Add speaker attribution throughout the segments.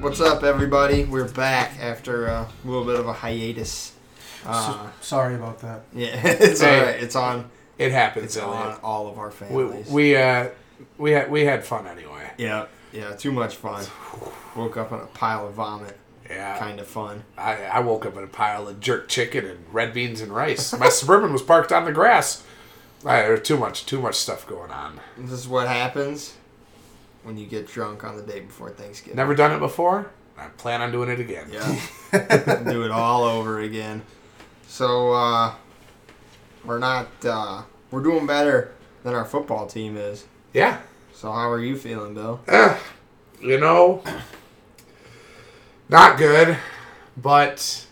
Speaker 1: What's up, everybody? We're back after uh, a little bit of a hiatus. Uh,
Speaker 2: S- sorry about that.
Speaker 1: yeah, it's
Speaker 3: Hey.
Speaker 1: all right. It's on.
Speaker 3: It happens,
Speaker 1: It's on
Speaker 3: Elliot.
Speaker 1: all of our
Speaker 3: We
Speaker 1: families.
Speaker 3: we uh we had we had fun anyway.
Speaker 1: yeah, yeah. Too much fun. Woke up on a pile of vomit.
Speaker 3: Yeah,
Speaker 1: Kind of fun.
Speaker 3: I, I woke up in a pile of jerk chicken and red beans and rice. My suburban was parked on the grass. I, there was too much too much stuff going on.
Speaker 1: This is what happens when you get drunk on the day before Thanksgiving.
Speaker 3: Never done it before. I plan on doing it again.
Speaker 1: Yeah. Do it all over again. So uh, we're not. Uh, we're doing better than our football team is.
Speaker 3: Yeah.
Speaker 1: So how are you feeling, Bill?
Speaker 3: You know, not good, but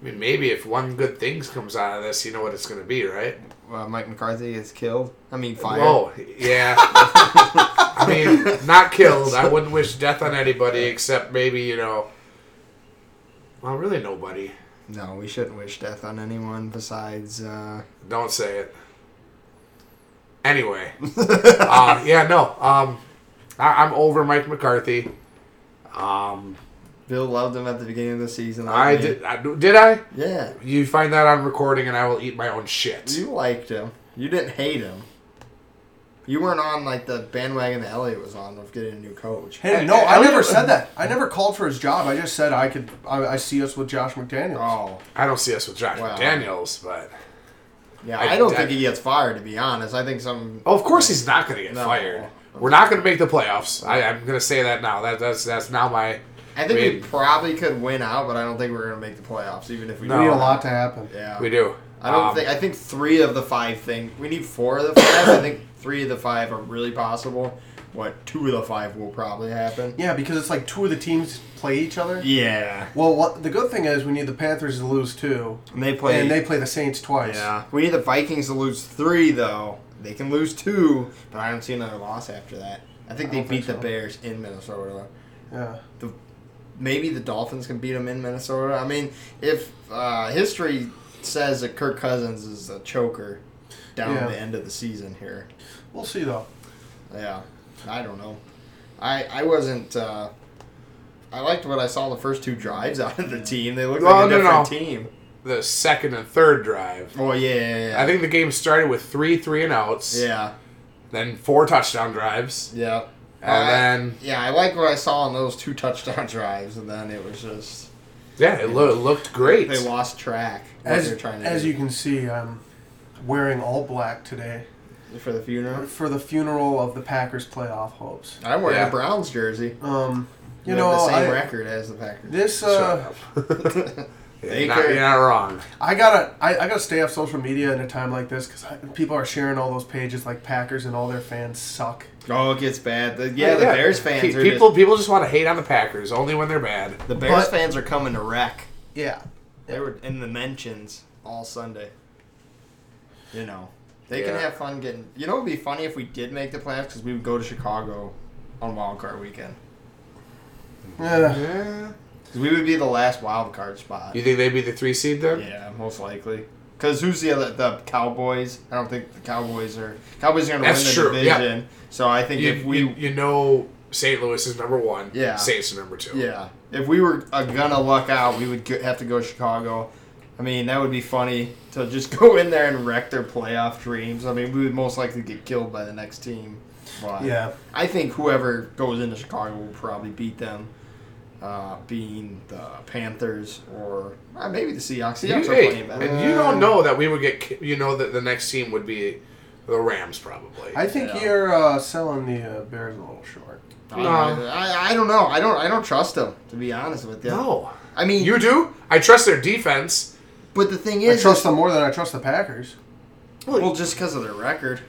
Speaker 3: I mean, maybe if one good thing comes out of this, you know what it's going to be, right?
Speaker 1: Uh, Mike McCarthy is killed. I mean, fired.
Speaker 3: Oh, yeah. I mean, not killed. I wouldn't wish death on anybody except maybe, you know, well, really nobody.
Speaker 1: No, we shouldn't wish death on anyone besides. Uh...
Speaker 3: Don't say it. Anyway, uh, yeah, no. Um, I, I'm over Mike McCarthy. Um,
Speaker 1: Bill loved him at the beginning of the season. like
Speaker 3: I
Speaker 1: me.
Speaker 3: did. I, did I?
Speaker 1: Yeah,
Speaker 3: You find that on recording, and I will eat my own shit.
Speaker 1: you liked him. You didn't hate him. You weren't on like the bandwagon that Elliot was on of getting a new coach.
Speaker 2: Hey,
Speaker 3: Hey,
Speaker 2: no,
Speaker 3: hey,
Speaker 2: I never
Speaker 3: Elliot-
Speaker 2: said that. I never called for his job. I just said I could. I, I see us with Josh McDaniels.
Speaker 1: Oh,
Speaker 3: I don't see us with Josh
Speaker 1: Wow.
Speaker 3: Daniels, but
Speaker 1: yeah. I,
Speaker 3: I-
Speaker 1: don't
Speaker 3: I-
Speaker 1: think he gets fired. To be honest, I think some.
Speaker 3: oh, of course he's not going to get
Speaker 1: No.
Speaker 3: fired. We're not going to make the playoffs. I, I'm going to say that now. That that's that's now my.
Speaker 1: I think we
Speaker 3: mean-
Speaker 1: probably could win out, but I don't think we're gonna make the playoffs, even if we.
Speaker 2: We need
Speaker 3: No.
Speaker 2: a lot to happen.
Speaker 1: Yeah.
Speaker 3: We do.
Speaker 1: I don't
Speaker 3: Um,
Speaker 1: think. I think three of the five thing. We need four of the five. I think three of the five are really possible. What two of the five will probably happen?
Speaker 2: Yeah, because it's like two of the teams play each other.
Speaker 1: Yeah,
Speaker 2: Well, what the good thing is, we need the Panthers to lose two,
Speaker 1: and they play.
Speaker 2: and they play the Saints twice.
Speaker 1: yeah, we need the Vikings to lose three though. They can lose two, but I don't see another loss after that. I think
Speaker 2: I
Speaker 1: they
Speaker 2: don't think
Speaker 1: beat the
Speaker 2: so.
Speaker 1: Bears in Minnesota.
Speaker 2: Yeah.
Speaker 1: Maybe the Dolphins can beat them in Minnesota. I mean, if uh, history says that Kirk Cousins is a choker down
Speaker 2: Yeah.
Speaker 1: the end of the season here,
Speaker 2: We'll see though.
Speaker 1: Yeah, I don't know. I I wasn't. Uh, I liked what I saw the first two drives out of the team. They looked
Speaker 3: Well,
Speaker 1: like a
Speaker 3: no,
Speaker 1: different
Speaker 3: no.
Speaker 1: team.
Speaker 3: the second and third drive.
Speaker 1: Oh yeah, yeah, yeah.
Speaker 3: I think the game started with three three and outs,
Speaker 1: Yeah,
Speaker 3: then four touchdown drives,
Speaker 1: yeah.
Speaker 3: and
Speaker 1: Uh,
Speaker 3: then
Speaker 1: yeah, I like what I saw on those two touchdown drives, and then it was just
Speaker 3: yeah, it, lo- it looked great.
Speaker 1: they lost track. What
Speaker 2: As
Speaker 1: they're trying to
Speaker 2: as
Speaker 1: do
Speaker 2: you can see, I'm wearing all black today
Speaker 1: for the funeral.
Speaker 2: for the funeral of the Packers playoff hopes.
Speaker 1: I wear
Speaker 3: Yeah.
Speaker 1: a Browns jersey.
Speaker 2: Um, you
Speaker 1: We
Speaker 2: know,
Speaker 1: have the same
Speaker 2: I-
Speaker 1: record as the Packers.
Speaker 2: this
Speaker 3: Shut
Speaker 2: uh,
Speaker 3: up.
Speaker 1: They
Speaker 3: you're, not,
Speaker 1: could-
Speaker 3: you're not wrong.
Speaker 2: I gotta, I, I gotta stay off social media in a time like this because people are sharing all those pages like Packers and all their fans suck.
Speaker 1: oh, it gets bad. The, yeah, the Bears fans
Speaker 3: Pe-
Speaker 1: are
Speaker 3: people people just want to hate on the Packers only when they're bad.
Speaker 1: just, the Bears
Speaker 2: but-
Speaker 1: fans are coming to wreck.
Speaker 2: Yeah,
Speaker 1: They were in the mentions all Sunday. You know, they can
Speaker 3: Yeah.
Speaker 1: have fun getting. You know, it'd be funny if we did make the playoffs because we would go to Chicago on Wild Card Weekend
Speaker 2: yeah.
Speaker 3: Yeah.
Speaker 1: 'Cause we would be the last Wild Card spot.
Speaker 3: You think they'd be the three seed then?
Speaker 1: Yeah, most likely. Because who's the other? The Cowboys. I don't think the Cowboys are. Cowboys are going to win
Speaker 3: That's
Speaker 1: the
Speaker 3: true, yeah.
Speaker 1: division. So I think
Speaker 3: You,
Speaker 1: if we,
Speaker 3: you, you know St. Louis is number one.
Speaker 1: Yeah.
Speaker 3: Saints are number two.
Speaker 1: yeah, if we were uh, gonna luck out, we would go, have to go to Chicago. I mean, that would be funny to just go in there and wreck their playoff dreams. I mean, we would most likely get killed by the next team. But
Speaker 2: Yeah.
Speaker 1: I think whoever goes into Chicago will probably beat them, uh, being the Panthers or uh, maybe the Seahawks.
Speaker 3: You,
Speaker 1: Seahawks are
Speaker 3: hey,
Speaker 1: playing better.
Speaker 3: and you don't know that we would get. ki- You know that the next team would be the Rams probably.
Speaker 2: I think
Speaker 1: Yeah.
Speaker 2: you're uh, selling the uh, Bears a little short.
Speaker 1: I, I, I don't know. I don't. I don't trust them to be honest with you.
Speaker 3: No.
Speaker 1: I mean,
Speaker 3: You do? I trust their defense.
Speaker 1: but the thing
Speaker 2: I
Speaker 1: is,
Speaker 2: trust them more than I trust the Packers.
Speaker 1: well, just because of their record.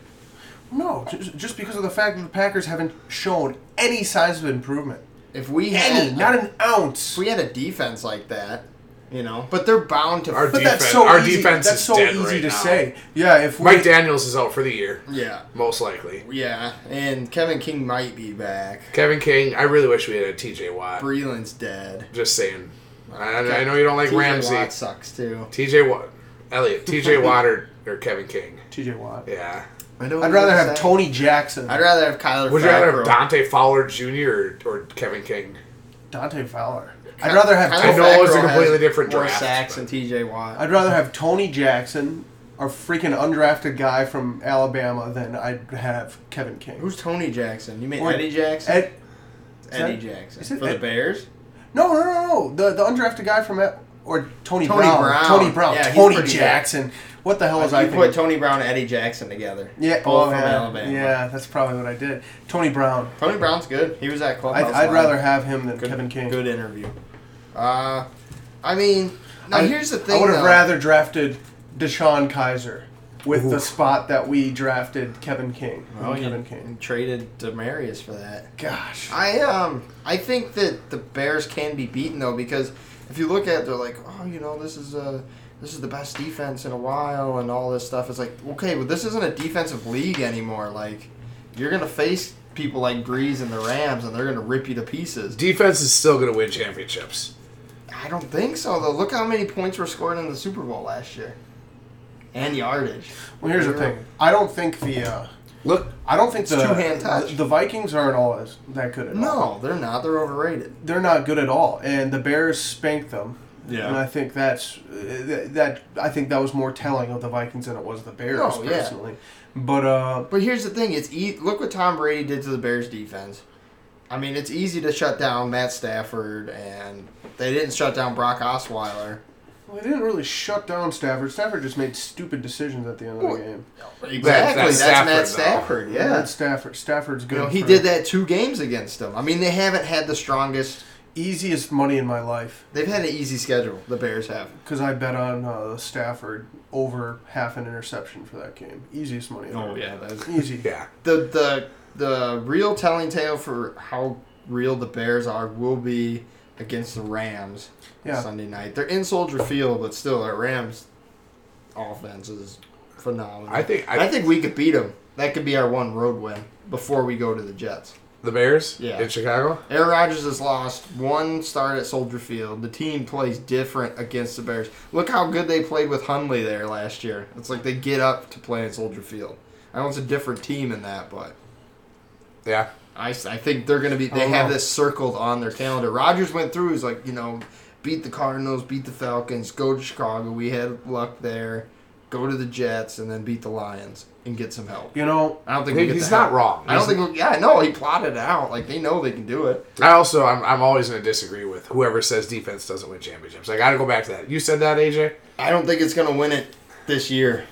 Speaker 2: No, just, just because of the fact that the Packers haven't shown any signs of improvement,
Speaker 1: If we had
Speaker 2: any, not an ounce.
Speaker 1: If we had a defense like that, you know, but they're bound to.
Speaker 3: Our
Speaker 2: but
Speaker 3: defense-
Speaker 2: that's so
Speaker 3: our
Speaker 2: easy.
Speaker 3: defense
Speaker 2: that's
Speaker 3: is
Speaker 2: so
Speaker 3: dead
Speaker 2: easy
Speaker 3: right
Speaker 2: to
Speaker 3: now.
Speaker 2: say. Yeah, if we,
Speaker 3: Mike Daniels is out for the year,
Speaker 1: yeah,
Speaker 3: most likely.
Speaker 1: yeah, and Kevin King might be back.
Speaker 3: Kevin King, I really wish we had a TJ Watt.
Speaker 1: Breland's dead.
Speaker 3: Just saying. I, I know you don't like
Speaker 1: TJ
Speaker 3: Ramsey.
Speaker 1: Watt sucks too.
Speaker 3: TJ Watt. Elliot, TJ Watt or, or Kevin King.
Speaker 2: T.J. Watt,
Speaker 3: Yeah.
Speaker 1: I know what
Speaker 2: I'd rather
Speaker 1: you're
Speaker 2: have
Speaker 1: saying.
Speaker 2: Tony Jackson.
Speaker 1: I'd rather have Kyler.
Speaker 3: Would you rather
Speaker 1: Fackrell.
Speaker 3: have Dante Fowler Jr. or, or Kevin King?
Speaker 2: Dante Fowler. I'd rather have.
Speaker 1: Kyle
Speaker 3: I know it was a
Speaker 1: Fackrell has
Speaker 3: completely different
Speaker 1: more
Speaker 3: draft,
Speaker 1: sacks
Speaker 3: but-
Speaker 1: than T.J. Watt.
Speaker 2: I'd rather have Tony Jackson, a freaking undrafted guy from Alabama, than I'd have Kevin King.
Speaker 1: Who's Tony Jackson? You mean
Speaker 2: Or-
Speaker 1: Eddie Jackson?
Speaker 2: Ed,
Speaker 1: Eddie
Speaker 2: is that-
Speaker 1: Jackson
Speaker 2: is it
Speaker 1: for the
Speaker 2: Ed-
Speaker 1: Bears.
Speaker 2: no, no, no, no. The the undrafted guy from Al- or Tony,
Speaker 1: Tony
Speaker 2: Brown.
Speaker 1: Brown.
Speaker 2: Tony Brown.
Speaker 1: Yeah, he's
Speaker 2: Tony
Speaker 1: pretty good. Uh,
Speaker 2: Jackson. What the hell was I
Speaker 1: you put
Speaker 2: thinking?
Speaker 1: Tony Brown and Eddie Jackson together.
Speaker 2: yeah,
Speaker 1: both
Speaker 2: oh,
Speaker 1: from
Speaker 2: yeah,
Speaker 1: Alabama.
Speaker 2: Yeah, that's probably what I did. Tony Brown.
Speaker 1: Tony Brown's good. He was at
Speaker 2: I,
Speaker 1: clubhouse.
Speaker 2: I'd
Speaker 1: Live.
Speaker 2: rather have him than
Speaker 1: good,
Speaker 2: Kevin King.
Speaker 1: Good interview. Uh, I mean, now
Speaker 2: I-
Speaker 1: here's the thing.
Speaker 2: I would have
Speaker 1: though.
Speaker 2: rather drafted Deshaun Kaiser with the
Speaker 3: Oof.
Speaker 2: spot that we drafted Kevin King.
Speaker 1: Well, Oh, you
Speaker 2: Kevin King.
Speaker 1: traded Demarius for that.
Speaker 2: Gosh.
Speaker 1: I um I think that the Bears can be beaten though because if you look at it, they're like oh you know this is a this is the best defense in a while and all this stuff it's like okay well this isn't a defensive league anymore like you're gonna face people like Breeze and the Rams and they're gonna rip you to pieces.
Speaker 3: Defense is still going to win championships.
Speaker 1: I don't think so though. Look how many points were scored in the Super Bowl last year and yardage.
Speaker 2: Well, here's the thing. I don't think the. Uh,
Speaker 3: Look,
Speaker 2: I don't think
Speaker 1: It's
Speaker 2: the,
Speaker 1: two-hand touch.
Speaker 2: the the Vikings aren't all as, that good at all.
Speaker 1: No, they're not. They're overrated.
Speaker 2: They're not good at all, and the Bears spanked them.
Speaker 1: Yeah.
Speaker 2: And I think that's uh, that. I think that was more telling of the Vikings than it was the Bears
Speaker 1: Oh, yeah.
Speaker 2: personally. But uh,
Speaker 1: But here's the thing: it's e- look what Tom Brady did to the Bears defense. I mean, it's easy to shut down Matt Stafford, and they didn't shut down Brock Osweiler.
Speaker 2: well, they didn't really shut down Stafford. Stafford just made stupid decisions at the end of
Speaker 1: Well,
Speaker 2: the game.
Speaker 1: Exactly, that's,
Speaker 3: that's
Speaker 1: Matt
Speaker 3: Stafford,
Speaker 1: Stafford.
Speaker 2: Matt
Speaker 1: Yeah,
Speaker 2: Stafford. Stafford's good.
Speaker 1: you know, he
Speaker 2: for
Speaker 1: did that two games against them. I mean, they haven't had the strongest.
Speaker 2: Easiest money in my life
Speaker 1: They've had an easy schedule. The Bears have.
Speaker 2: because I bet on uh, Stafford over half an interception for that game. Easiest money. ever.
Speaker 1: that's
Speaker 2: Easy.
Speaker 3: yeah,
Speaker 1: the the the real telling tale for how real the Bears are will be against the Rams
Speaker 2: Yeah.
Speaker 1: Sunday night. They're in Soldier Field, but still, that Rams offense is phenomenal.
Speaker 3: I think
Speaker 1: I,
Speaker 3: I,
Speaker 1: think we could beat them. That could be our one road win before we go to the Jets.
Speaker 3: the Bears
Speaker 1: Yeah.
Speaker 3: in Chicago.
Speaker 1: Aaron Rodgers has lost one start at Soldier Field. The team plays different against the Bears. Look how good they played with Hundley there last year. It's like they get up to play at Soldier Field. I know it's a different team in that, but
Speaker 3: Yeah,
Speaker 1: I, s- I think they're going to be. They
Speaker 2: don't
Speaker 1: have
Speaker 2: know.
Speaker 1: this circled on their calendar. Rogers went through. He's like, you know, beat the Cardinals, beat the Falcons, go to Chicago. We had luck there. Go to the Jets and then beat the Lions and get some help.
Speaker 2: You know,
Speaker 1: I don't think
Speaker 3: He-
Speaker 1: we get
Speaker 3: he's
Speaker 1: the help.
Speaker 3: not wrong.
Speaker 1: I don't
Speaker 3: He's-
Speaker 1: think. we- Yeah, no, he plotted it out. Like they know they can do it.
Speaker 3: I also I'm, I'm always going to disagree with whoever says defense doesn't win championships. I got to go back to that. You said that, AJ.
Speaker 1: I don't think it's going to win it this year.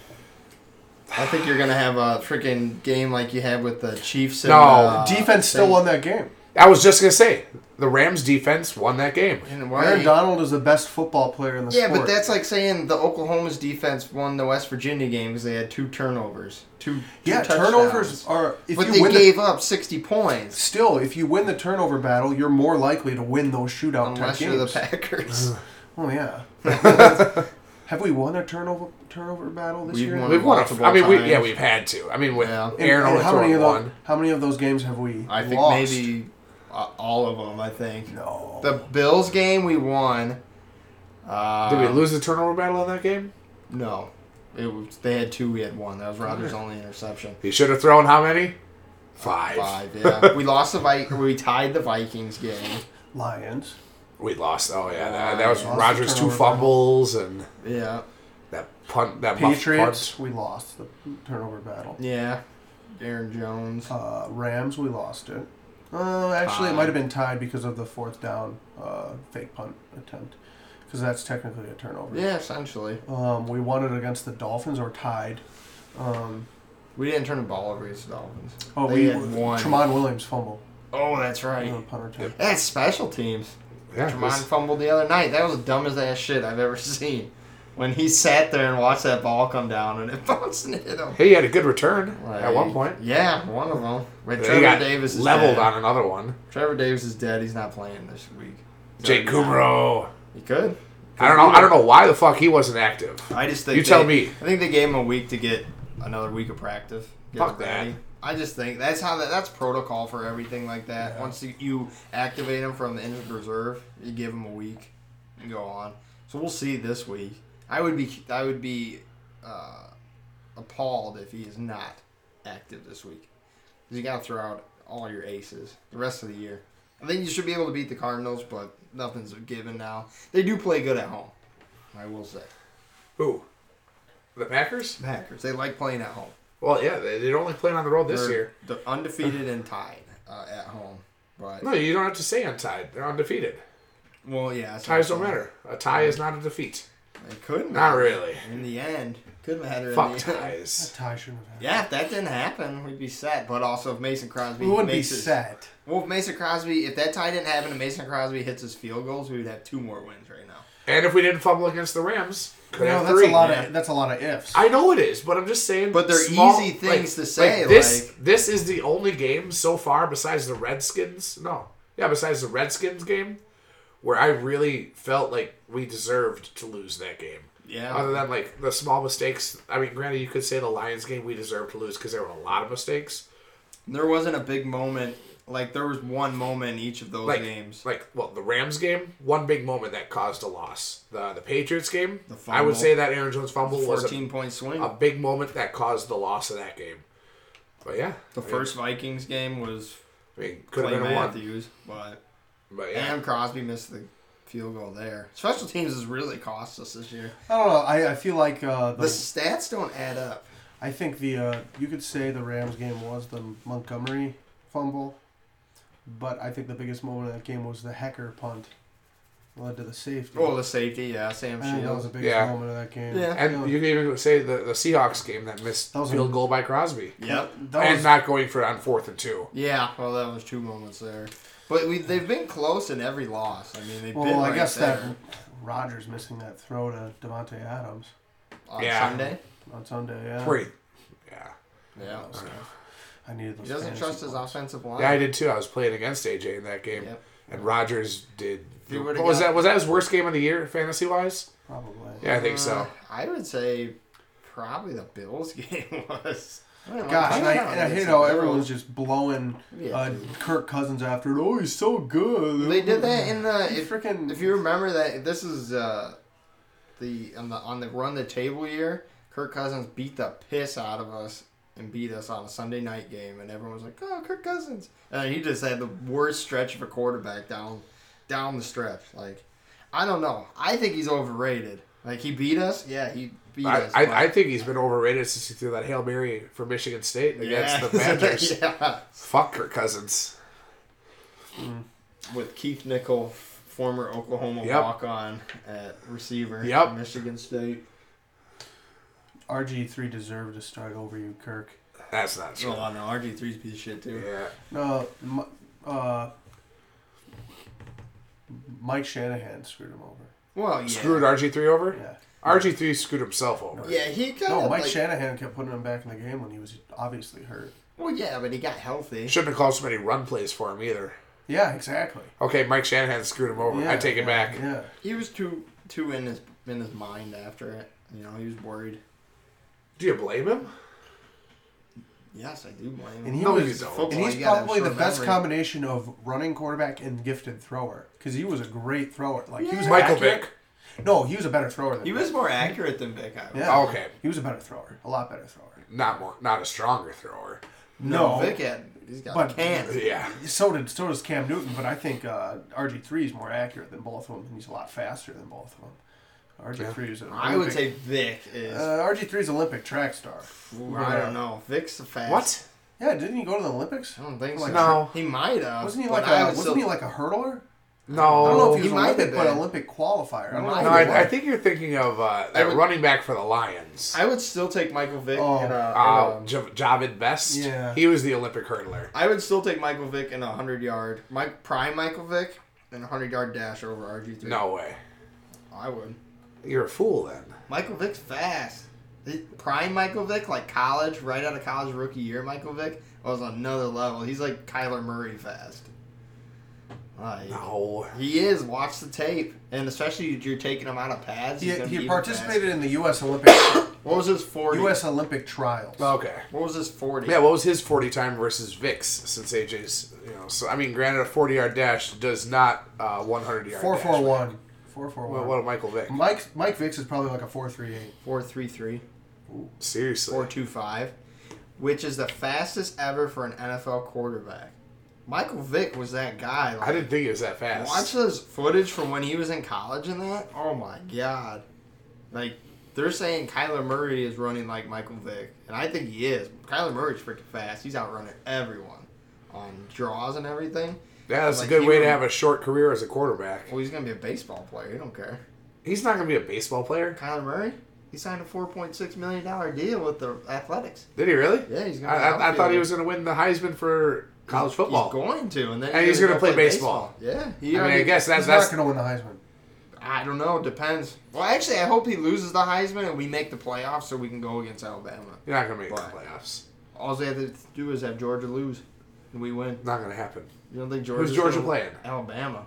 Speaker 1: I think you're going to have a freaking game like you had with the Chiefs. And,
Speaker 3: No.
Speaker 1: uh,
Speaker 2: defense still
Speaker 1: thing.
Speaker 2: won that game.
Speaker 3: I was just going to say the Rams defense won that game.
Speaker 1: And
Speaker 2: Aaron
Speaker 1: why-
Speaker 2: Donald is the best football player in the
Speaker 1: Yeah,
Speaker 2: sport.
Speaker 1: but that's like saying the Oklahoma's defense won the West Virginia game because they had two turnovers. Two, two
Speaker 2: yeah.
Speaker 1: touchdowns.
Speaker 2: Turnovers are if
Speaker 1: but
Speaker 2: you
Speaker 1: they
Speaker 2: win
Speaker 1: gave
Speaker 2: the,
Speaker 1: up 60 points
Speaker 2: still if you win the turnover battle, you're more likely to win those shootout type
Speaker 1: unless
Speaker 2: games.
Speaker 1: you're the Packers.
Speaker 2: Oh yeah. Have we won a turnover turnover battle this
Speaker 1: We've
Speaker 2: year?
Speaker 1: won
Speaker 3: We've won. A,
Speaker 1: Multiple
Speaker 3: I mean, we,
Speaker 1: times.
Speaker 3: yeah, we've had to. I mean, with
Speaker 1: Yeah.
Speaker 2: And-
Speaker 3: Aaron
Speaker 2: and
Speaker 3: only
Speaker 2: how many
Speaker 3: throwing
Speaker 2: of those,
Speaker 3: one.
Speaker 2: How many of those games have we?
Speaker 1: I think
Speaker 2: lost?
Speaker 1: maybe uh, all of them, I think.
Speaker 2: no.
Speaker 1: The Bills game we won. Uh,
Speaker 3: Did we lose the turnover battle in that game?
Speaker 1: No. It was, they had two, we had one. That was Rogers' only interception.
Speaker 3: He should have thrown how many? Five.
Speaker 1: Five, yeah. we lost the Vi- we tied the Vikings game.
Speaker 2: Lions.
Speaker 3: We lost. Oh yeah, that,
Speaker 1: Uh,
Speaker 3: that was
Speaker 2: lost the
Speaker 3: Rogers' two
Speaker 2: turnover battle.
Speaker 3: fumbles and
Speaker 1: Yeah.
Speaker 3: that punt. That muff
Speaker 2: Patriots. We lost the turnover battle.
Speaker 1: Yeah. Aaron Jones.
Speaker 2: Uh, Rams. We lost it. Uh, actually, it
Speaker 1: Tied.
Speaker 2: might have been tied because of the fourth down uh, fake punt attempt, because that's technically a turnover.
Speaker 1: Yeah, essentially.
Speaker 2: Um, we won it against the Dolphins or tied. Um,
Speaker 1: We didn't turn the ball over against the Dolphins.
Speaker 2: oh,
Speaker 1: They
Speaker 2: we
Speaker 1: had one.
Speaker 2: Tremont Uh-huh. Williams fumble.
Speaker 1: Oh, that's right.
Speaker 2: on a punt return.
Speaker 1: That's special teams.
Speaker 3: punt. Yeah, it
Speaker 1: Tremont
Speaker 3: was-
Speaker 1: fumbled the other night. That was the dumbest ass shit I've ever seen. When he sat there and watched that ball come down and it bounced and hit him.
Speaker 3: hey, he had a good return at one
Speaker 1: Like,
Speaker 3: point.
Speaker 1: Yeah, one of them. But
Speaker 3: He
Speaker 1: Trevor
Speaker 3: got
Speaker 1: Davis is
Speaker 3: leveled
Speaker 1: dead.
Speaker 3: on another one.
Speaker 1: Trevor Davis is dead. He's not playing this week.
Speaker 3: Jake Kumro.
Speaker 1: He could.
Speaker 3: I don't know. I don't know why the fuck he wasn't active.
Speaker 1: I just think
Speaker 3: You tell
Speaker 1: they-
Speaker 3: me.
Speaker 1: I think they gave him a week to get another week of practice. Get
Speaker 3: Fuck that.
Speaker 1: I just think that's how that, that's protocol for everything like that. Once you, you activate him from the injured reserve, you give him a week and go on. So we'll see this week. I would be I would be uh, appalled if he is not active this week. 'Cause You got to throw out all your aces the rest of the year. I think you should be able to beat the Cardinals, but nothing's a given now. They do play good at home. I will say.
Speaker 3: Who? The Packers?
Speaker 1: Packers. They like playing at home.
Speaker 3: Well, yeah, they, they're only playing on the road this
Speaker 1: they're,
Speaker 3: year.
Speaker 1: They're undefeated and tied uh, at home. But
Speaker 3: No, you don't have to say untied. They're undefeated.
Speaker 1: well, yeah, that's what
Speaker 3: Ties
Speaker 1: I'm
Speaker 3: don't
Speaker 1: saying.
Speaker 3: matter. A tie is not a defeat.
Speaker 1: It could
Speaker 3: Not
Speaker 1: matter.
Speaker 3: really.
Speaker 1: In the end, could matter.
Speaker 3: Fuck
Speaker 1: in the end.
Speaker 2: That
Speaker 3: ties.
Speaker 2: tie shouldn't have happened.
Speaker 1: Yeah, if that didn't happen, we'd be set. But also, if Mason Crosby
Speaker 2: We wouldn't be
Speaker 1: makes his-
Speaker 2: set.
Speaker 1: well, if Mason Crosby, if that tie didn't happen, and Mason Crosby hits his field goals, we would have two more wins right now.
Speaker 3: And if we didn't fumble against the Rams, could
Speaker 2: No,
Speaker 3: have
Speaker 2: that's
Speaker 3: three.
Speaker 2: a lot
Speaker 1: yeah.
Speaker 2: of that's a lot of ifs.
Speaker 3: I know it is, but I'm just saying.
Speaker 1: But they're easy things to say,
Speaker 3: this
Speaker 1: like-
Speaker 3: this is the only game so far besides the Redskins. No, yeah, besides the Redskins game, where I really felt like we deserved to lose that game.
Speaker 1: Yeah.
Speaker 3: Other than like the small mistakes, I mean, granted, you could say the Lions game we deserved to lose because there were a lot of mistakes.
Speaker 1: There wasn't a big moment. Like there was one moment in each of those
Speaker 3: Like
Speaker 1: games.
Speaker 3: like well, the Rams game, one big moment that caused a loss. The the Patriots game,
Speaker 1: The
Speaker 3: I
Speaker 1: fumble.
Speaker 3: would say that Aaron Jones fumble was a,
Speaker 1: Fourteen point swing.
Speaker 3: a big moment that caused the loss of that game. But yeah,
Speaker 1: the
Speaker 3: I mean,
Speaker 1: first Vikings game was
Speaker 3: I mean, could
Speaker 1: Clay
Speaker 3: have been a one.
Speaker 1: Matthews, but
Speaker 3: But yeah,
Speaker 1: and Crosby missed the field goal there. Special teams has really cost us this year.
Speaker 2: I don't know. I, I feel like uh, the,
Speaker 1: The stats don't add up.
Speaker 2: I think the uh, you could say the Rams game was the Montgomery fumble, but I think the biggest moment of that game was the Hecker punt led to the safety.
Speaker 1: Well, the safety, yeah, Sam
Speaker 2: I think that
Speaker 1: Shields.
Speaker 2: was the biggest
Speaker 3: Yeah.
Speaker 2: moment of that game.
Speaker 1: Yeah.
Speaker 3: and
Speaker 2: Yeah.
Speaker 3: you can even say the, the Seahawks game that missed
Speaker 2: That was a-
Speaker 3: field goal by Crosby
Speaker 1: Yep.
Speaker 2: That
Speaker 3: and
Speaker 2: was-
Speaker 3: not going for it on fourth and two.
Speaker 1: Yeah. Well, that was two moments there, but we they've been close in every loss. I mean, they've been.
Speaker 2: well, I
Speaker 1: right
Speaker 2: guess
Speaker 1: there
Speaker 2: that Rogers missing that throw to Devontae Adams
Speaker 1: on
Speaker 3: Yeah.
Speaker 1: Sunday.
Speaker 2: on Sunday. Yeah,
Speaker 3: Three, yeah,
Speaker 1: Yeah.
Speaker 2: That was tough. I needed those.
Speaker 1: He doesn't
Speaker 2: fantasy
Speaker 1: trust his
Speaker 2: points.
Speaker 1: offensive line.
Speaker 3: yeah, I did too. I was playing against AJ in that game,
Speaker 1: Yep.
Speaker 3: and Rogers did.
Speaker 1: He
Speaker 3: What
Speaker 1: would've
Speaker 3: was
Speaker 1: got-
Speaker 3: that? Was that his worst game of the year fantasy wise?
Speaker 2: Probably.
Speaker 3: Yeah, I think so.
Speaker 1: Uh, I would say probably the Bills game was.
Speaker 2: Gosh, and I, and I, you know everyone's just blowing
Speaker 1: Yeah.
Speaker 2: uh, Kirk Cousins after it. Oh, he's so good.
Speaker 1: They did that in the
Speaker 2: He
Speaker 1: if,
Speaker 2: freaking-
Speaker 1: if you remember that this is uh, the on the on the run the table year. Kirk Cousins beat the piss out of us and beat us on a Sunday night game, and everyone was like, "Oh, Kirk Cousins!" And he just had the worst stretch of a quarterback down down the stretch. Like, I don't know. I think he's overrated. Like he beat us. Yeah, he beat
Speaker 3: I,
Speaker 1: us. but-
Speaker 3: I, I think he's been overrated since he threw that hail mary for Michigan State against the Badgers.
Speaker 1: yeah.
Speaker 3: Fuck her cousins.
Speaker 1: With Keith Nickel, former Oklahoma
Speaker 3: Yep.
Speaker 1: walk-on at receiver
Speaker 3: Yep.
Speaker 1: from Michigan State.
Speaker 2: RG three deserved to start over you, Kirk.
Speaker 3: That's not true.
Speaker 1: Oh, no, RG3's piece of shit, too.
Speaker 3: Yeah.
Speaker 2: No, Mi- uh, Mike Shanahan screwed him over.
Speaker 1: Well, yeah.
Speaker 3: Screwed RG three over.
Speaker 2: Yeah.
Speaker 3: RG three screwed himself over.
Speaker 1: Yeah, he kind
Speaker 2: No,
Speaker 1: of,
Speaker 2: Mike
Speaker 1: like...
Speaker 2: Shanahan kept putting him back in the game when he was obviously hurt.
Speaker 1: well, yeah, but he got healthy.
Speaker 3: Shouldn't have called so many run plays for him either.
Speaker 2: Yeah, exactly.
Speaker 3: Okay, Mike Shanahan screwed him over.
Speaker 2: Yeah,
Speaker 3: I take it
Speaker 2: yeah,
Speaker 3: back.
Speaker 2: Yeah.
Speaker 1: He was too too in his in his mind after it. You know, he was worried.
Speaker 3: Do you blame him?
Speaker 1: Yes, I do blame
Speaker 2: And
Speaker 1: him.
Speaker 2: he
Speaker 3: No, you
Speaker 2: was,
Speaker 3: don't.
Speaker 2: and
Speaker 1: Well,
Speaker 2: he's
Speaker 1: you gotta have
Speaker 2: probably the
Speaker 1: short
Speaker 2: best
Speaker 1: memory.
Speaker 2: combination of running quarterback and gifted thrower because he was a great thrower. Like he was
Speaker 3: Michael
Speaker 2: accurate.
Speaker 3: Vick.
Speaker 2: No, he was a better thrower than
Speaker 1: He was more accurate than Vic, I would
Speaker 2: Yeah.
Speaker 3: Oh, okay.
Speaker 2: He was a better thrower, a lot better thrower.
Speaker 3: Not more, not a stronger thrower.
Speaker 2: No,
Speaker 1: Vic had... He's got
Speaker 2: But-
Speaker 1: canned.
Speaker 3: Yeah.
Speaker 2: so did so does Cam Newton, but I think uh, RG three is more accurate than both of them, and he's a lot faster than both of them. RG three is an
Speaker 1: I would say Vic is...
Speaker 2: RG three is an Olympic track star.
Speaker 1: Ooh, I don't know. Vic's the fast.
Speaker 3: What?
Speaker 2: Yeah, didn't he go to the Olympics?
Speaker 1: I don't think
Speaker 2: Like,
Speaker 1: so.
Speaker 3: No.
Speaker 1: He might have.
Speaker 2: Wasn't he
Speaker 1: Oh, but
Speaker 2: like
Speaker 1: I would
Speaker 2: a wasn't
Speaker 1: still- Oh,
Speaker 2: he like a hurdler?
Speaker 3: No.
Speaker 2: I don't know if he,
Speaker 1: He
Speaker 2: was
Speaker 1: might have
Speaker 2: Olympic, but
Speaker 1: been.
Speaker 2: Olympic qualifier. I don't know.
Speaker 1: might
Speaker 2: if
Speaker 3: No,
Speaker 2: he
Speaker 1: have
Speaker 2: was.
Speaker 3: I, I think you're thinking of uh, that
Speaker 1: would-
Speaker 3: running back for the Lions.
Speaker 1: I would still take Michael Vick.
Speaker 2: Oh.
Speaker 1: in a, in
Speaker 3: Uh,
Speaker 1: a-
Speaker 3: J- Javid Best.
Speaker 2: Yeah.
Speaker 3: He was the Olympic hurdler.
Speaker 1: I would still take Michael Vick in a hundred yard, Mike prime Michael Vick and a hundred yard dash over RG three.
Speaker 3: No way.
Speaker 1: I would.
Speaker 3: You're a fool then.
Speaker 1: Michael Vick's fast. He- Prime Michael Vick, like college, right out of college rookie year, Michael Vick was another level. He's like Kyler Murray fast. Like,
Speaker 3: No.
Speaker 1: He is. Watch the tape, and especially if you're taking him out of pads. he's gonna
Speaker 2: he,
Speaker 1: be
Speaker 2: he
Speaker 1: even
Speaker 2: participated
Speaker 1: faster.
Speaker 2: in the U.S. Olympic
Speaker 1: What was his forty?
Speaker 2: U.S. Olympic trials.
Speaker 3: Okay.
Speaker 1: What was his forty?
Speaker 3: Yeah, what was his 40 time versus Vic's since AJ's, you know, so I mean, granted, a 40 yard dash does not uh, 100 yard
Speaker 2: four
Speaker 3: dash.
Speaker 2: four one. Four four
Speaker 3: What,
Speaker 2: one.
Speaker 3: what a Michael Vick.
Speaker 2: Mike Mike Vicks is probably like a four three eight.
Speaker 1: Four three three.
Speaker 3: Seriously.
Speaker 1: 425, which is the fastest ever for an NFL quarterback. Michael Vick was that guy. Like,
Speaker 3: I didn't think it was that fast.
Speaker 1: watch those footage from when he was in college and that. Oh my god! Like they're saying Kyler Murray is running like Michael Vick, and I think he is. Kyler Murray's freaking fast. He's outrunning everyone on draws and everything.
Speaker 3: Yeah, that's
Speaker 1: Like,
Speaker 3: a good
Speaker 1: he
Speaker 3: way
Speaker 1: would-
Speaker 3: to have a short career as a quarterback.
Speaker 1: Well, he's gonna be a baseball player. You don't care.
Speaker 3: He's not going to be a baseball player.
Speaker 1: Kyler Murray. He signed a four point six million dollar deal with the Athletics.
Speaker 3: Did he really?
Speaker 1: Yeah, he's gonna.
Speaker 3: I,
Speaker 1: be an
Speaker 3: I, I thought he
Speaker 1: outfielder.
Speaker 3: was going to win the Heisman for college
Speaker 1: He's
Speaker 3: football.
Speaker 1: going to, and then
Speaker 3: And he's
Speaker 1: gonna
Speaker 3: gonna
Speaker 1: go
Speaker 3: play baseball.
Speaker 1: Yeah,
Speaker 3: I
Speaker 1: he,
Speaker 3: mean, I guess that's
Speaker 2: He's
Speaker 3: that's
Speaker 2: not going to win the Heisman.
Speaker 1: I don't know. It depends. Well, actually, I hope he loses the Heisman and we make the playoffs so we can go against Alabama.
Speaker 3: you're not going to make
Speaker 1: But-
Speaker 3: the playoffs.
Speaker 1: All they have to do is have Georgia lose, and we win.
Speaker 3: Not going to happen.
Speaker 1: You don't think Georgia?
Speaker 3: Who's Georgia playing?
Speaker 1: Alabama.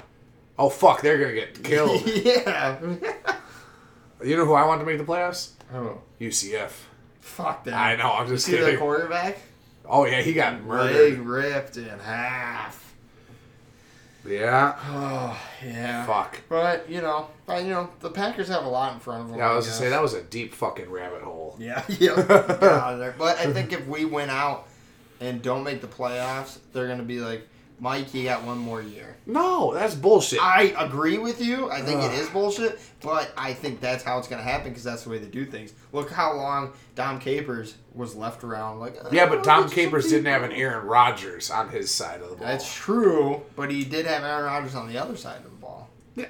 Speaker 3: Oh fuck, they're going to get killed.
Speaker 1: yeah.
Speaker 3: you know who I want to make the playoffs?
Speaker 1: oh,
Speaker 3: UCF.
Speaker 1: fuck that.
Speaker 3: I know. I'm just
Speaker 1: See their
Speaker 3: kidding.
Speaker 1: quarterback?
Speaker 3: Oh yeah, he got
Speaker 1: Leg
Speaker 3: murdered.
Speaker 1: ripped in half.
Speaker 3: Yeah.
Speaker 1: Oh yeah.
Speaker 3: Fuck.
Speaker 1: But you know, but, you know, the Packers have a lot in front of them.
Speaker 3: Yeah, I was gonna
Speaker 1: guess.
Speaker 3: say that was a deep fucking rabbit hole.
Speaker 1: Yeah, yeah. Get out of there. But I think if we win out and don't make the playoffs, they're gonna be like, Mike, you got one more year.
Speaker 3: No, that's bullshit.
Speaker 1: I agree with you. I think it is bullshit, but I think that's how it's gonna happen because that's the way they do things. Look how long Dom Capers was left around. Like,
Speaker 3: yeah, but
Speaker 1: "Oh,
Speaker 3: Tom
Speaker 1: it's
Speaker 3: Capers
Speaker 1: something-"
Speaker 3: didn't have an Aaron Rodgers on his side of the ball.
Speaker 1: That's true, but he did have Aaron Rodgers on the other side of the ball.
Speaker 3: Yeah.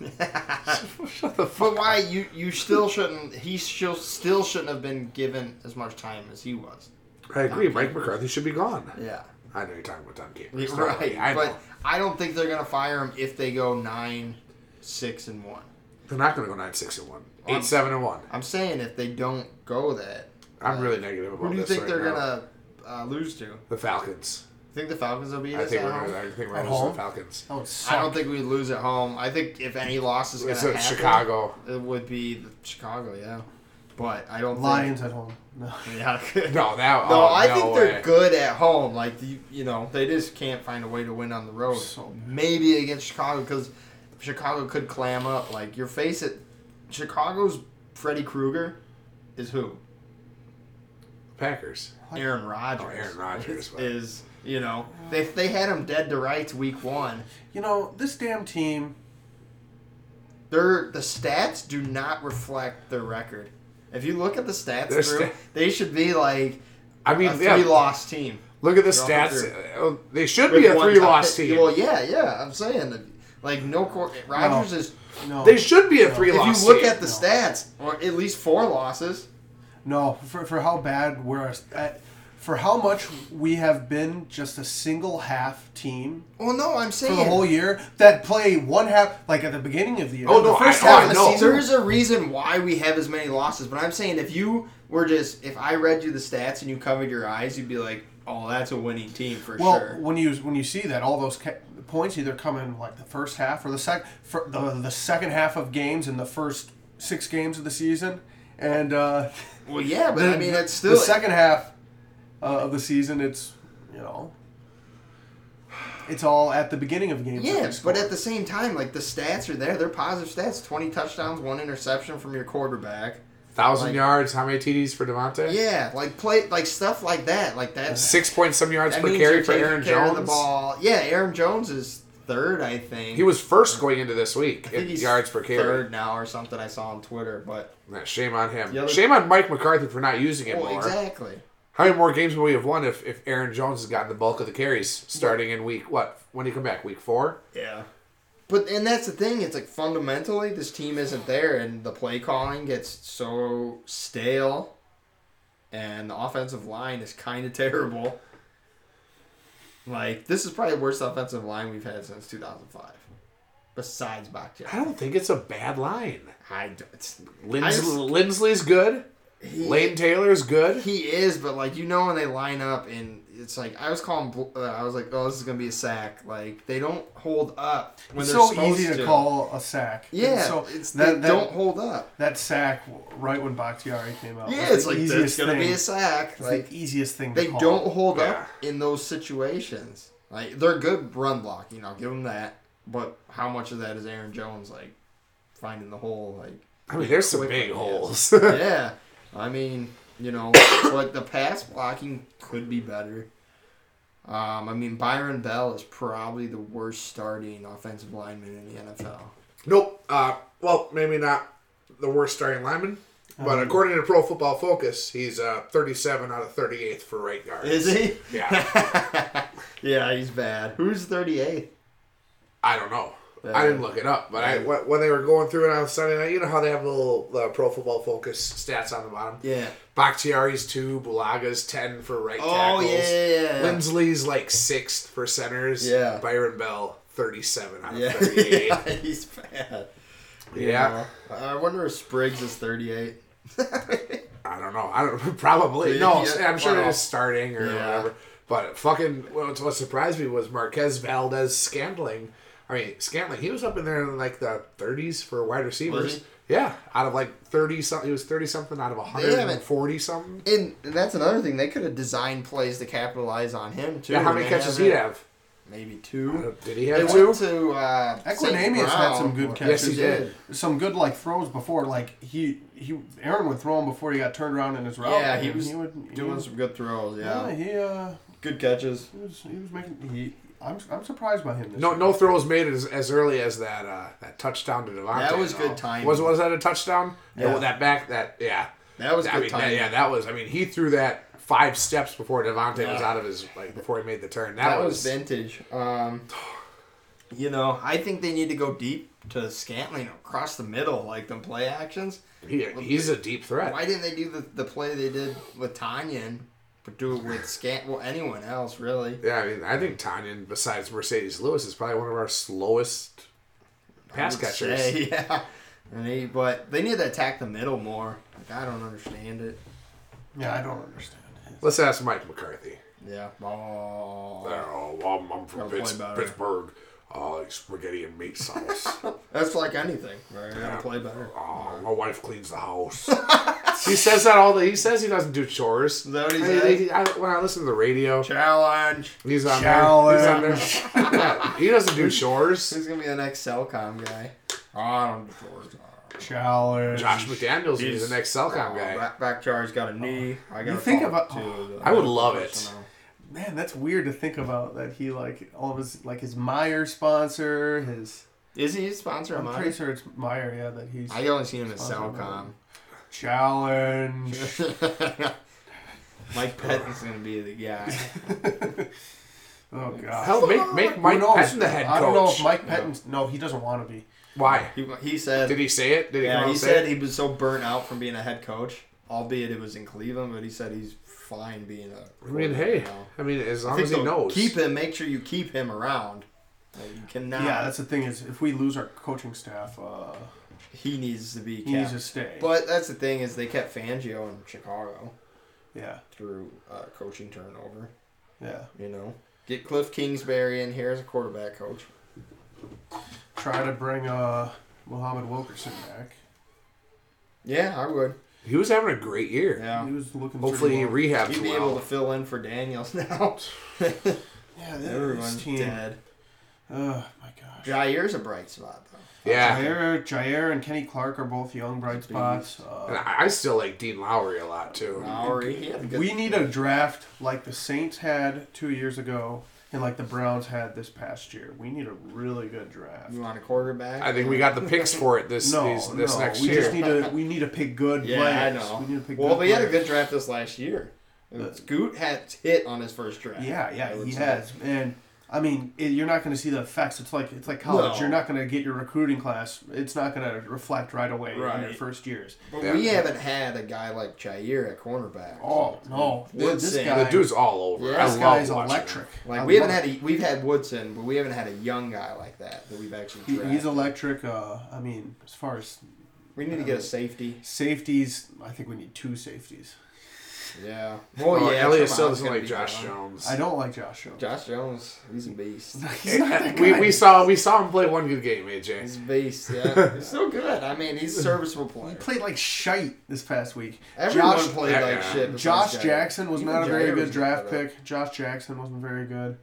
Speaker 1: but
Speaker 3: Shut the fuck up.
Speaker 1: why you you still shouldn't? He still still shouldn't have been given as much time as he was.
Speaker 3: I agree. Mike McCarthy should be gone.
Speaker 1: Yeah.
Speaker 3: I know you're talking about Tom Capers.
Speaker 1: Yeah,
Speaker 3: Don't
Speaker 1: Right,
Speaker 3: worry, I know.
Speaker 1: but I don't think they're gonna fire him if they go nine, six, and one.
Speaker 3: They're not going to go nine six and one,
Speaker 1: I'm-
Speaker 3: eight seven and one.
Speaker 1: I'm saying if they don't go that,
Speaker 3: I'm really negative about
Speaker 1: who do you
Speaker 3: this
Speaker 1: think
Speaker 3: right
Speaker 1: they're
Speaker 3: now.
Speaker 1: gonna uh, lose to? You
Speaker 3: The Falcons.
Speaker 1: think the Falcons will beat
Speaker 3: I
Speaker 1: us
Speaker 3: think
Speaker 1: at
Speaker 3: we're
Speaker 1: home?
Speaker 3: gonna, I think we're
Speaker 2: At
Speaker 3: gonna lose to
Speaker 2: home?
Speaker 3: the Falcons.
Speaker 2: That would suck.
Speaker 1: I don't think we'd lose at home. I think if any loss is gonna
Speaker 3: It's at
Speaker 1: happen,
Speaker 3: Chicago.
Speaker 1: it would be the Chicago. Yeah, but I don't
Speaker 2: Lions at home. No.
Speaker 1: Think, yeah. No,
Speaker 3: No, that. oh,
Speaker 1: I think
Speaker 3: no
Speaker 1: they're
Speaker 3: way.
Speaker 1: good at home. Like you, you know, they just can't find a way to win on the road.
Speaker 2: So-
Speaker 1: Maybe against Chicago because Chicago could clam up. Like your face it, Chicago's Freddy Krueger is who
Speaker 3: Packers.
Speaker 1: Aaron Rodgers.
Speaker 3: Oh, Aaron Rodgers, but-
Speaker 1: is you know they they had him dead to rights week one.
Speaker 2: You know, this damn team,
Speaker 1: Their the stats do not reflect their record. If you look at the stats, Drew,
Speaker 3: Their sta-
Speaker 1: they should be like
Speaker 3: I mean,
Speaker 1: a three
Speaker 3: yeah.
Speaker 1: loss team.
Speaker 3: Look at the
Speaker 1: They're all
Speaker 3: stats.
Speaker 1: through.
Speaker 3: Oh, They should
Speaker 1: With
Speaker 3: be a
Speaker 1: one
Speaker 3: three
Speaker 1: top
Speaker 3: loss
Speaker 1: pick.
Speaker 3: team.
Speaker 1: Well, yeah, yeah. I'm saying that, like no court. Rodgers is.
Speaker 2: no.
Speaker 3: They should be a
Speaker 2: No.
Speaker 3: three
Speaker 1: If
Speaker 3: loss.
Speaker 1: you look
Speaker 3: team.
Speaker 1: at the stats, or at least four losses,
Speaker 2: No, for, for how bad we're. uh, For how much we have been just a single half team
Speaker 1: Well, no, I'm saying
Speaker 2: for the whole year that play one half, like at the beginning of the year.
Speaker 3: Oh,
Speaker 2: the
Speaker 3: no,
Speaker 2: first
Speaker 3: I-
Speaker 2: half
Speaker 3: oh,
Speaker 2: of the
Speaker 3: I know.
Speaker 2: season.
Speaker 1: there's a reason why we have as many losses. But I'm saying if you were just if I read you the stats and you covered your eyes, you'd be like, oh, that's a winning team for
Speaker 2: Well,
Speaker 1: sure.
Speaker 2: when you when you see that all those ca- points either come in like the first half or the sec for the, the second half of games in the first six games of the season, and uh,
Speaker 1: Well, yeah, but I mean that's still
Speaker 2: the second half uh, of the season. It's you know, it's all at the beginning of games.
Speaker 1: Yeah, but at the same time, like the stats are there. They're positive stats: twenty touchdowns, one interception from your quarterback.
Speaker 3: thousand
Speaker 1: like-
Speaker 3: yards. How many TDs for Devontae?
Speaker 1: Yeah, like play, like stuff like that. Like that's
Speaker 3: Six point some yards
Speaker 1: that
Speaker 3: per
Speaker 1: means
Speaker 3: carry
Speaker 1: you're
Speaker 3: for
Speaker 1: taking
Speaker 3: Aaron
Speaker 1: care of
Speaker 3: Jones.
Speaker 1: The ball. Yeah, Aaron Jones is third, I think.
Speaker 3: He was first going into this
Speaker 1: I
Speaker 3: week
Speaker 1: think
Speaker 3: in
Speaker 1: he's
Speaker 3: yards per carry.
Speaker 1: Third now or something. I saw on Twitter, but
Speaker 3: Nah, shame on him.
Speaker 1: The other-
Speaker 3: shame on Mike McCarthy for not using it
Speaker 1: well,
Speaker 3: more.
Speaker 1: exactly.
Speaker 3: How many more games would we have won if, if Aaron Jones has gotten the bulk of the carries starting in week what? When do you come back? Week four?
Speaker 1: Yeah. But and that's the thing. It's like fundamentally, this team isn't there, and the play calling gets so stale, and the offensive line is kind of terrible. Like this is probably the worst offensive line we've had since 2005, besides
Speaker 3: I
Speaker 1: Bakhtiari.
Speaker 3: don't think it's a bad line.
Speaker 1: I d- it's,
Speaker 3: Lins-
Speaker 1: just-
Speaker 3: Lindsley's good.
Speaker 1: he,
Speaker 3: Lane Taylor's good.
Speaker 1: he is, but like you know when they line up and it's like I was calling. bl- Uh, I was like, oh, this is gonna be a sack. Like they don't hold up when
Speaker 2: it's
Speaker 1: they're
Speaker 2: so
Speaker 1: supposed
Speaker 2: easy to,
Speaker 1: to
Speaker 2: call a sack. And
Speaker 1: Yeah,
Speaker 2: so
Speaker 1: it's
Speaker 2: that,
Speaker 1: they
Speaker 2: that-
Speaker 1: don't hold up.
Speaker 2: that sack right when Bakhtiari came out.
Speaker 1: Yeah,
Speaker 2: was
Speaker 1: it's
Speaker 2: the
Speaker 1: like that's
Speaker 2: easiest
Speaker 1: gonna
Speaker 2: thing.
Speaker 1: be a sack.
Speaker 2: It's
Speaker 1: Like
Speaker 2: the easiest thing.
Speaker 1: they
Speaker 2: to call.
Speaker 1: don't hold
Speaker 3: Yeah.
Speaker 1: up in those situations. Like they're good run block, you know, give them that. But how much of that is Aaron Jones like finding the hole? Like
Speaker 3: I mean, there's some
Speaker 1: Quick,
Speaker 3: big
Speaker 1: yeah.
Speaker 3: holes.
Speaker 1: yeah, I mean, you know, like the pass blocking could be better. Um, I mean, Byron Bell is probably the worst starting offensive lineman in the NFL.
Speaker 3: Nope. Uh, well, maybe not the worst starting lineman, but according to Pro Football Focus, he's uh, 37 out of 38th for right guard.
Speaker 1: Is he?
Speaker 3: yeah.
Speaker 1: yeah, he's bad. Who's 38?
Speaker 3: I don't know. I didn't look it up, but I wh- when they were going through it on Sunday night, you know how they have little uh, Pro Football Focus stats on the bottom.
Speaker 1: Yeah.
Speaker 3: Bakhtiari's two, Bulaga's ten for right
Speaker 1: Oh,
Speaker 3: tackles.
Speaker 1: yeah.
Speaker 3: Lindsley's like sixth for centers.
Speaker 1: Yeah.
Speaker 3: Byron Bell thirty-seven out of
Speaker 1: Yeah,
Speaker 3: thirty-eight. Yeah.
Speaker 1: yeah, he's bad.
Speaker 3: Yeah.
Speaker 1: You know, I wonder if Spriggs is 38.
Speaker 3: I don't know. I don't probably
Speaker 1: Yeah,
Speaker 3: no.
Speaker 1: yeah,
Speaker 3: I'm sure
Speaker 1: wow.
Speaker 3: it is starting or
Speaker 1: Yeah.
Speaker 3: whatever. But fucking what, what surprised me was Marquez Valdez Scantling. I mean Scantling, he was up in there in like the 30s for wide receivers.
Speaker 1: Was
Speaker 3: Yeah, out of like 30 something, he was 30 something out of 140 something.
Speaker 1: And that's another thing. They could have designed plays to capitalize on him, too.
Speaker 3: Yeah, how many
Speaker 1: They
Speaker 3: catches
Speaker 1: haven't.
Speaker 3: he have? Uh,
Speaker 1: Maybe two.
Speaker 3: Did he
Speaker 1: They
Speaker 3: have two?
Speaker 1: went to uh, St.
Speaker 2: Equinamius had
Speaker 1: Brown.
Speaker 2: some good
Speaker 3: Yes,
Speaker 2: catches.
Speaker 3: he did.
Speaker 2: Some good like throws before, like he he Aaron would throw him before he got turned around in his route.
Speaker 1: Yeah, he
Speaker 2: and
Speaker 1: was
Speaker 2: would,
Speaker 1: Doing
Speaker 2: would-
Speaker 1: some good throws,
Speaker 2: Yeah,
Speaker 1: yeah.
Speaker 2: he uh,
Speaker 1: Good catches.
Speaker 2: he was he was making he. I'm, I'm surprised by him. This
Speaker 3: No,
Speaker 2: year.
Speaker 3: no throws made as, as early as that uh, that touchdown to Devontae.
Speaker 1: That was
Speaker 3: though.
Speaker 1: good timing.
Speaker 3: Was was that a touchdown? Yeah.
Speaker 1: Yeah.
Speaker 3: that back that yeah.
Speaker 1: That was
Speaker 3: I
Speaker 1: good
Speaker 3: mean, that-
Speaker 1: timing.
Speaker 3: yeah, that was. I mean, he threw that five steps before Devontae was
Speaker 1: Yeah.
Speaker 3: out of his like before he made the turn. That,
Speaker 1: That
Speaker 3: was.
Speaker 1: was vintage. Um, you know, I think they need to go deep to Scantling across the middle, like them play actions.
Speaker 3: he, he's a deep threat.
Speaker 1: Why didn't they do the, the play they did with Tanyan, but do it with Scant? Well, anyone else really?
Speaker 3: Yeah, I mean, I think Tanyan, besides Mercedes Lewis, is probably one of our slowest pass
Speaker 1: I would
Speaker 3: catchers.
Speaker 1: say, yeah. And they, but they need to attack the middle more. Like, I don't understand it.
Speaker 2: Yeah, I don't understand. it.
Speaker 3: Let's ask Mike McCarthy.
Speaker 1: Yeah. Oh,
Speaker 3: Oh, I'm, I'm
Speaker 1: I'll
Speaker 3: from
Speaker 1: play
Speaker 3: Pitts,
Speaker 1: better.
Speaker 3: Pittsburgh. Uh, like spaghetti and meat sauce.
Speaker 1: that's like anything. Right? You gotta play better.
Speaker 3: Oh, my wife cleans the house. he says that all the. He says he doesn't do chores.
Speaker 1: Is that what he
Speaker 3: I-
Speaker 1: says?
Speaker 3: I, when I listen to the radio,
Speaker 1: Challenge.
Speaker 3: he's on there.
Speaker 2: Challenge.
Speaker 3: He's on there. Yeah, he doesn't do chores.
Speaker 1: Who's gonna be the next Cellcom guy? Oh, I don't.
Speaker 2: Challenge.
Speaker 3: Josh McDaniels will be
Speaker 1: He's-
Speaker 3: the next Cellcom guy.
Speaker 1: Back, back charge got a knee. I got.
Speaker 2: You think about-
Speaker 3: I would love it.
Speaker 2: Man, that's weird to think about that he like all of his like his Meyer sponsor, his
Speaker 1: Is he a sponsor of
Speaker 2: I'm
Speaker 1: mine?
Speaker 2: pretty sure it's Meyer, yeah, that he's
Speaker 1: I only seen him at
Speaker 2: Sponsor of
Speaker 1: Cellcom.
Speaker 2: challenge.
Speaker 1: Mike Pettin's gonna be the guy.
Speaker 2: Oh god.
Speaker 3: Hell, make make Mike
Speaker 2: Who knows?
Speaker 3: Patton the head coach.
Speaker 2: I don't know if Mike Patton. No, he doesn't want to be.
Speaker 3: Why
Speaker 1: He, he said.
Speaker 3: did he say it? Did he? come
Speaker 1: yeah,
Speaker 3: out
Speaker 1: he
Speaker 3: and say
Speaker 1: said
Speaker 3: it?
Speaker 1: he was so burnt out from being a head coach, albeit it was in Cleveland, but he said he's fine being a.
Speaker 3: I mean, hey, I mean, as long as he knows,
Speaker 1: Keep him. Make sure you keep him around. Like, you cannot.
Speaker 2: Yeah, that's the thing is, if we lose our coaching staff, uh,
Speaker 1: he needs to be.
Speaker 2: he
Speaker 1: kept.
Speaker 2: needs to stay.
Speaker 1: But that's the thing is they kept Fangio in Chicago
Speaker 2: yeah,
Speaker 1: through uh, coaching turnover.
Speaker 2: yeah.
Speaker 1: You know, get Cliff Kingsbury in here as a quarterback coach.
Speaker 2: Try to bring uh, Muhammad Wilkerson back.
Speaker 1: Yeah, I would.
Speaker 3: he was having a great year.
Speaker 1: Yeah,
Speaker 2: He was looking.
Speaker 3: Hopefully, he
Speaker 2: pretty well.
Speaker 3: rehabs
Speaker 1: he'd be
Speaker 3: well.
Speaker 1: able to fill in for Daniels now.
Speaker 2: Yeah, this
Speaker 1: Everyone's
Speaker 2: team.
Speaker 1: dead.
Speaker 2: Oh my gosh.
Speaker 1: Jair's a bright spot though.
Speaker 3: yeah,
Speaker 2: Jair, Jair and Kenny Clark are both young bright spots.
Speaker 3: and
Speaker 2: Uh,
Speaker 3: I, I still like Dean Lowry a lot too.
Speaker 1: Lowry, he had a good.
Speaker 2: we need a draft like the Saints had two years ago and like the Browns had this past year. We need a really good draft.
Speaker 1: You want a quarterback?
Speaker 3: I think we got the picks for it this
Speaker 2: No,
Speaker 3: these, this
Speaker 2: no,
Speaker 3: next
Speaker 2: we
Speaker 3: year.
Speaker 2: just need to we need to pick good
Speaker 1: Yeah,
Speaker 2: players.
Speaker 1: I know.
Speaker 2: We need to pick
Speaker 1: well,
Speaker 2: good
Speaker 1: we had a
Speaker 2: players.
Speaker 1: good draft this last year. Scoot had hit on his first draft.
Speaker 2: Yeah,
Speaker 1: I
Speaker 2: yeah,
Speaker 1: would
Speaker 2: he
Speaker 1: say.
Speaker 2: has. And I mean, it, you're not going to see the effects. It's like it's like college.
Speaker 1: No.
Speaker 2: You're not going to get your recruiting class. It's not going to reflect right away in your
Speaker 1: Right.
Speaker 2: first years.
Speaker 1: But
Speaker 3: Yeah.
Speaker 1: we haven't had a guy like Jair at cornerback.
Speaker 2: Oh no,
Speaker 1: Woodson.
Speaker 2: this
Speaker 1: The
Speaker 2: guy,
Speaker 3: the dude's all over.
Speaker 1: Yeah,
Speaker 3: I
Speaker 2: this
Speaker 3: love
Speaker 2: guy is
Speaker 3: watching him.
Speaker 2: electric.
Speaker 1: Like
Speaker 2: I
Speaker 1: we haven't
Speaker 2: love-
Speaker 1: had a, we've had Woodson, but we haven't had a young guy like that that we've actually.
Speaker 2: he-
Speaker 1: Drafted.
Speaker 2: He's electric. Uh, I mean, as far as
Speaker 1: we need to get a safety.
Speaker 2: safeties, I think we need two safeties.
Speaker 1: Yeah. Well,
Speaker 3: Oh,
Speaker 1: yeah.
Speaker 3: Elliott
Speaker 1: Tremon's
Speaker 3: still doesn't
Speaker 1: gonna
Speaker 3: like
Speaker 1: be
Speaker 3: Josh
Speaker 1: gone.
Speaker 3: Jones.
Speaker 2: I don't like Josh Jones.
Speaker 1: Josh Jones, he's a beast.
Speaker 2: He's not that
Speaker 3: we,
Speaker 2: guy.
Speaker 3: we saw we saw him play one good game,
Speaker 1: He's
Speaker 3: AJ.
Speaker 1: a beast. Yeah. he's so good. I mean, he's a serviceable player.
Speaker 2: He played like shite this past week.
Speaker 1: Everyone
Speaker 2: Josh,
Speaker 1: played
Speaker 3: yeah,
Speaker 1: like
Speaker 3: yeah.
Speaker 1: shit. besides
Speaker 2: Josh
Speaker 1: Jair.
Speaker 2: Jackson was
Speaker 1: Even
Speaker 2: not a very
Speaker 1: Jair
Speaker 2: good
Speaker 1: was
Speaker 2: draft
Speaker 1: not that.
Speaker 2: pick. Josh Jackson wasn't very good.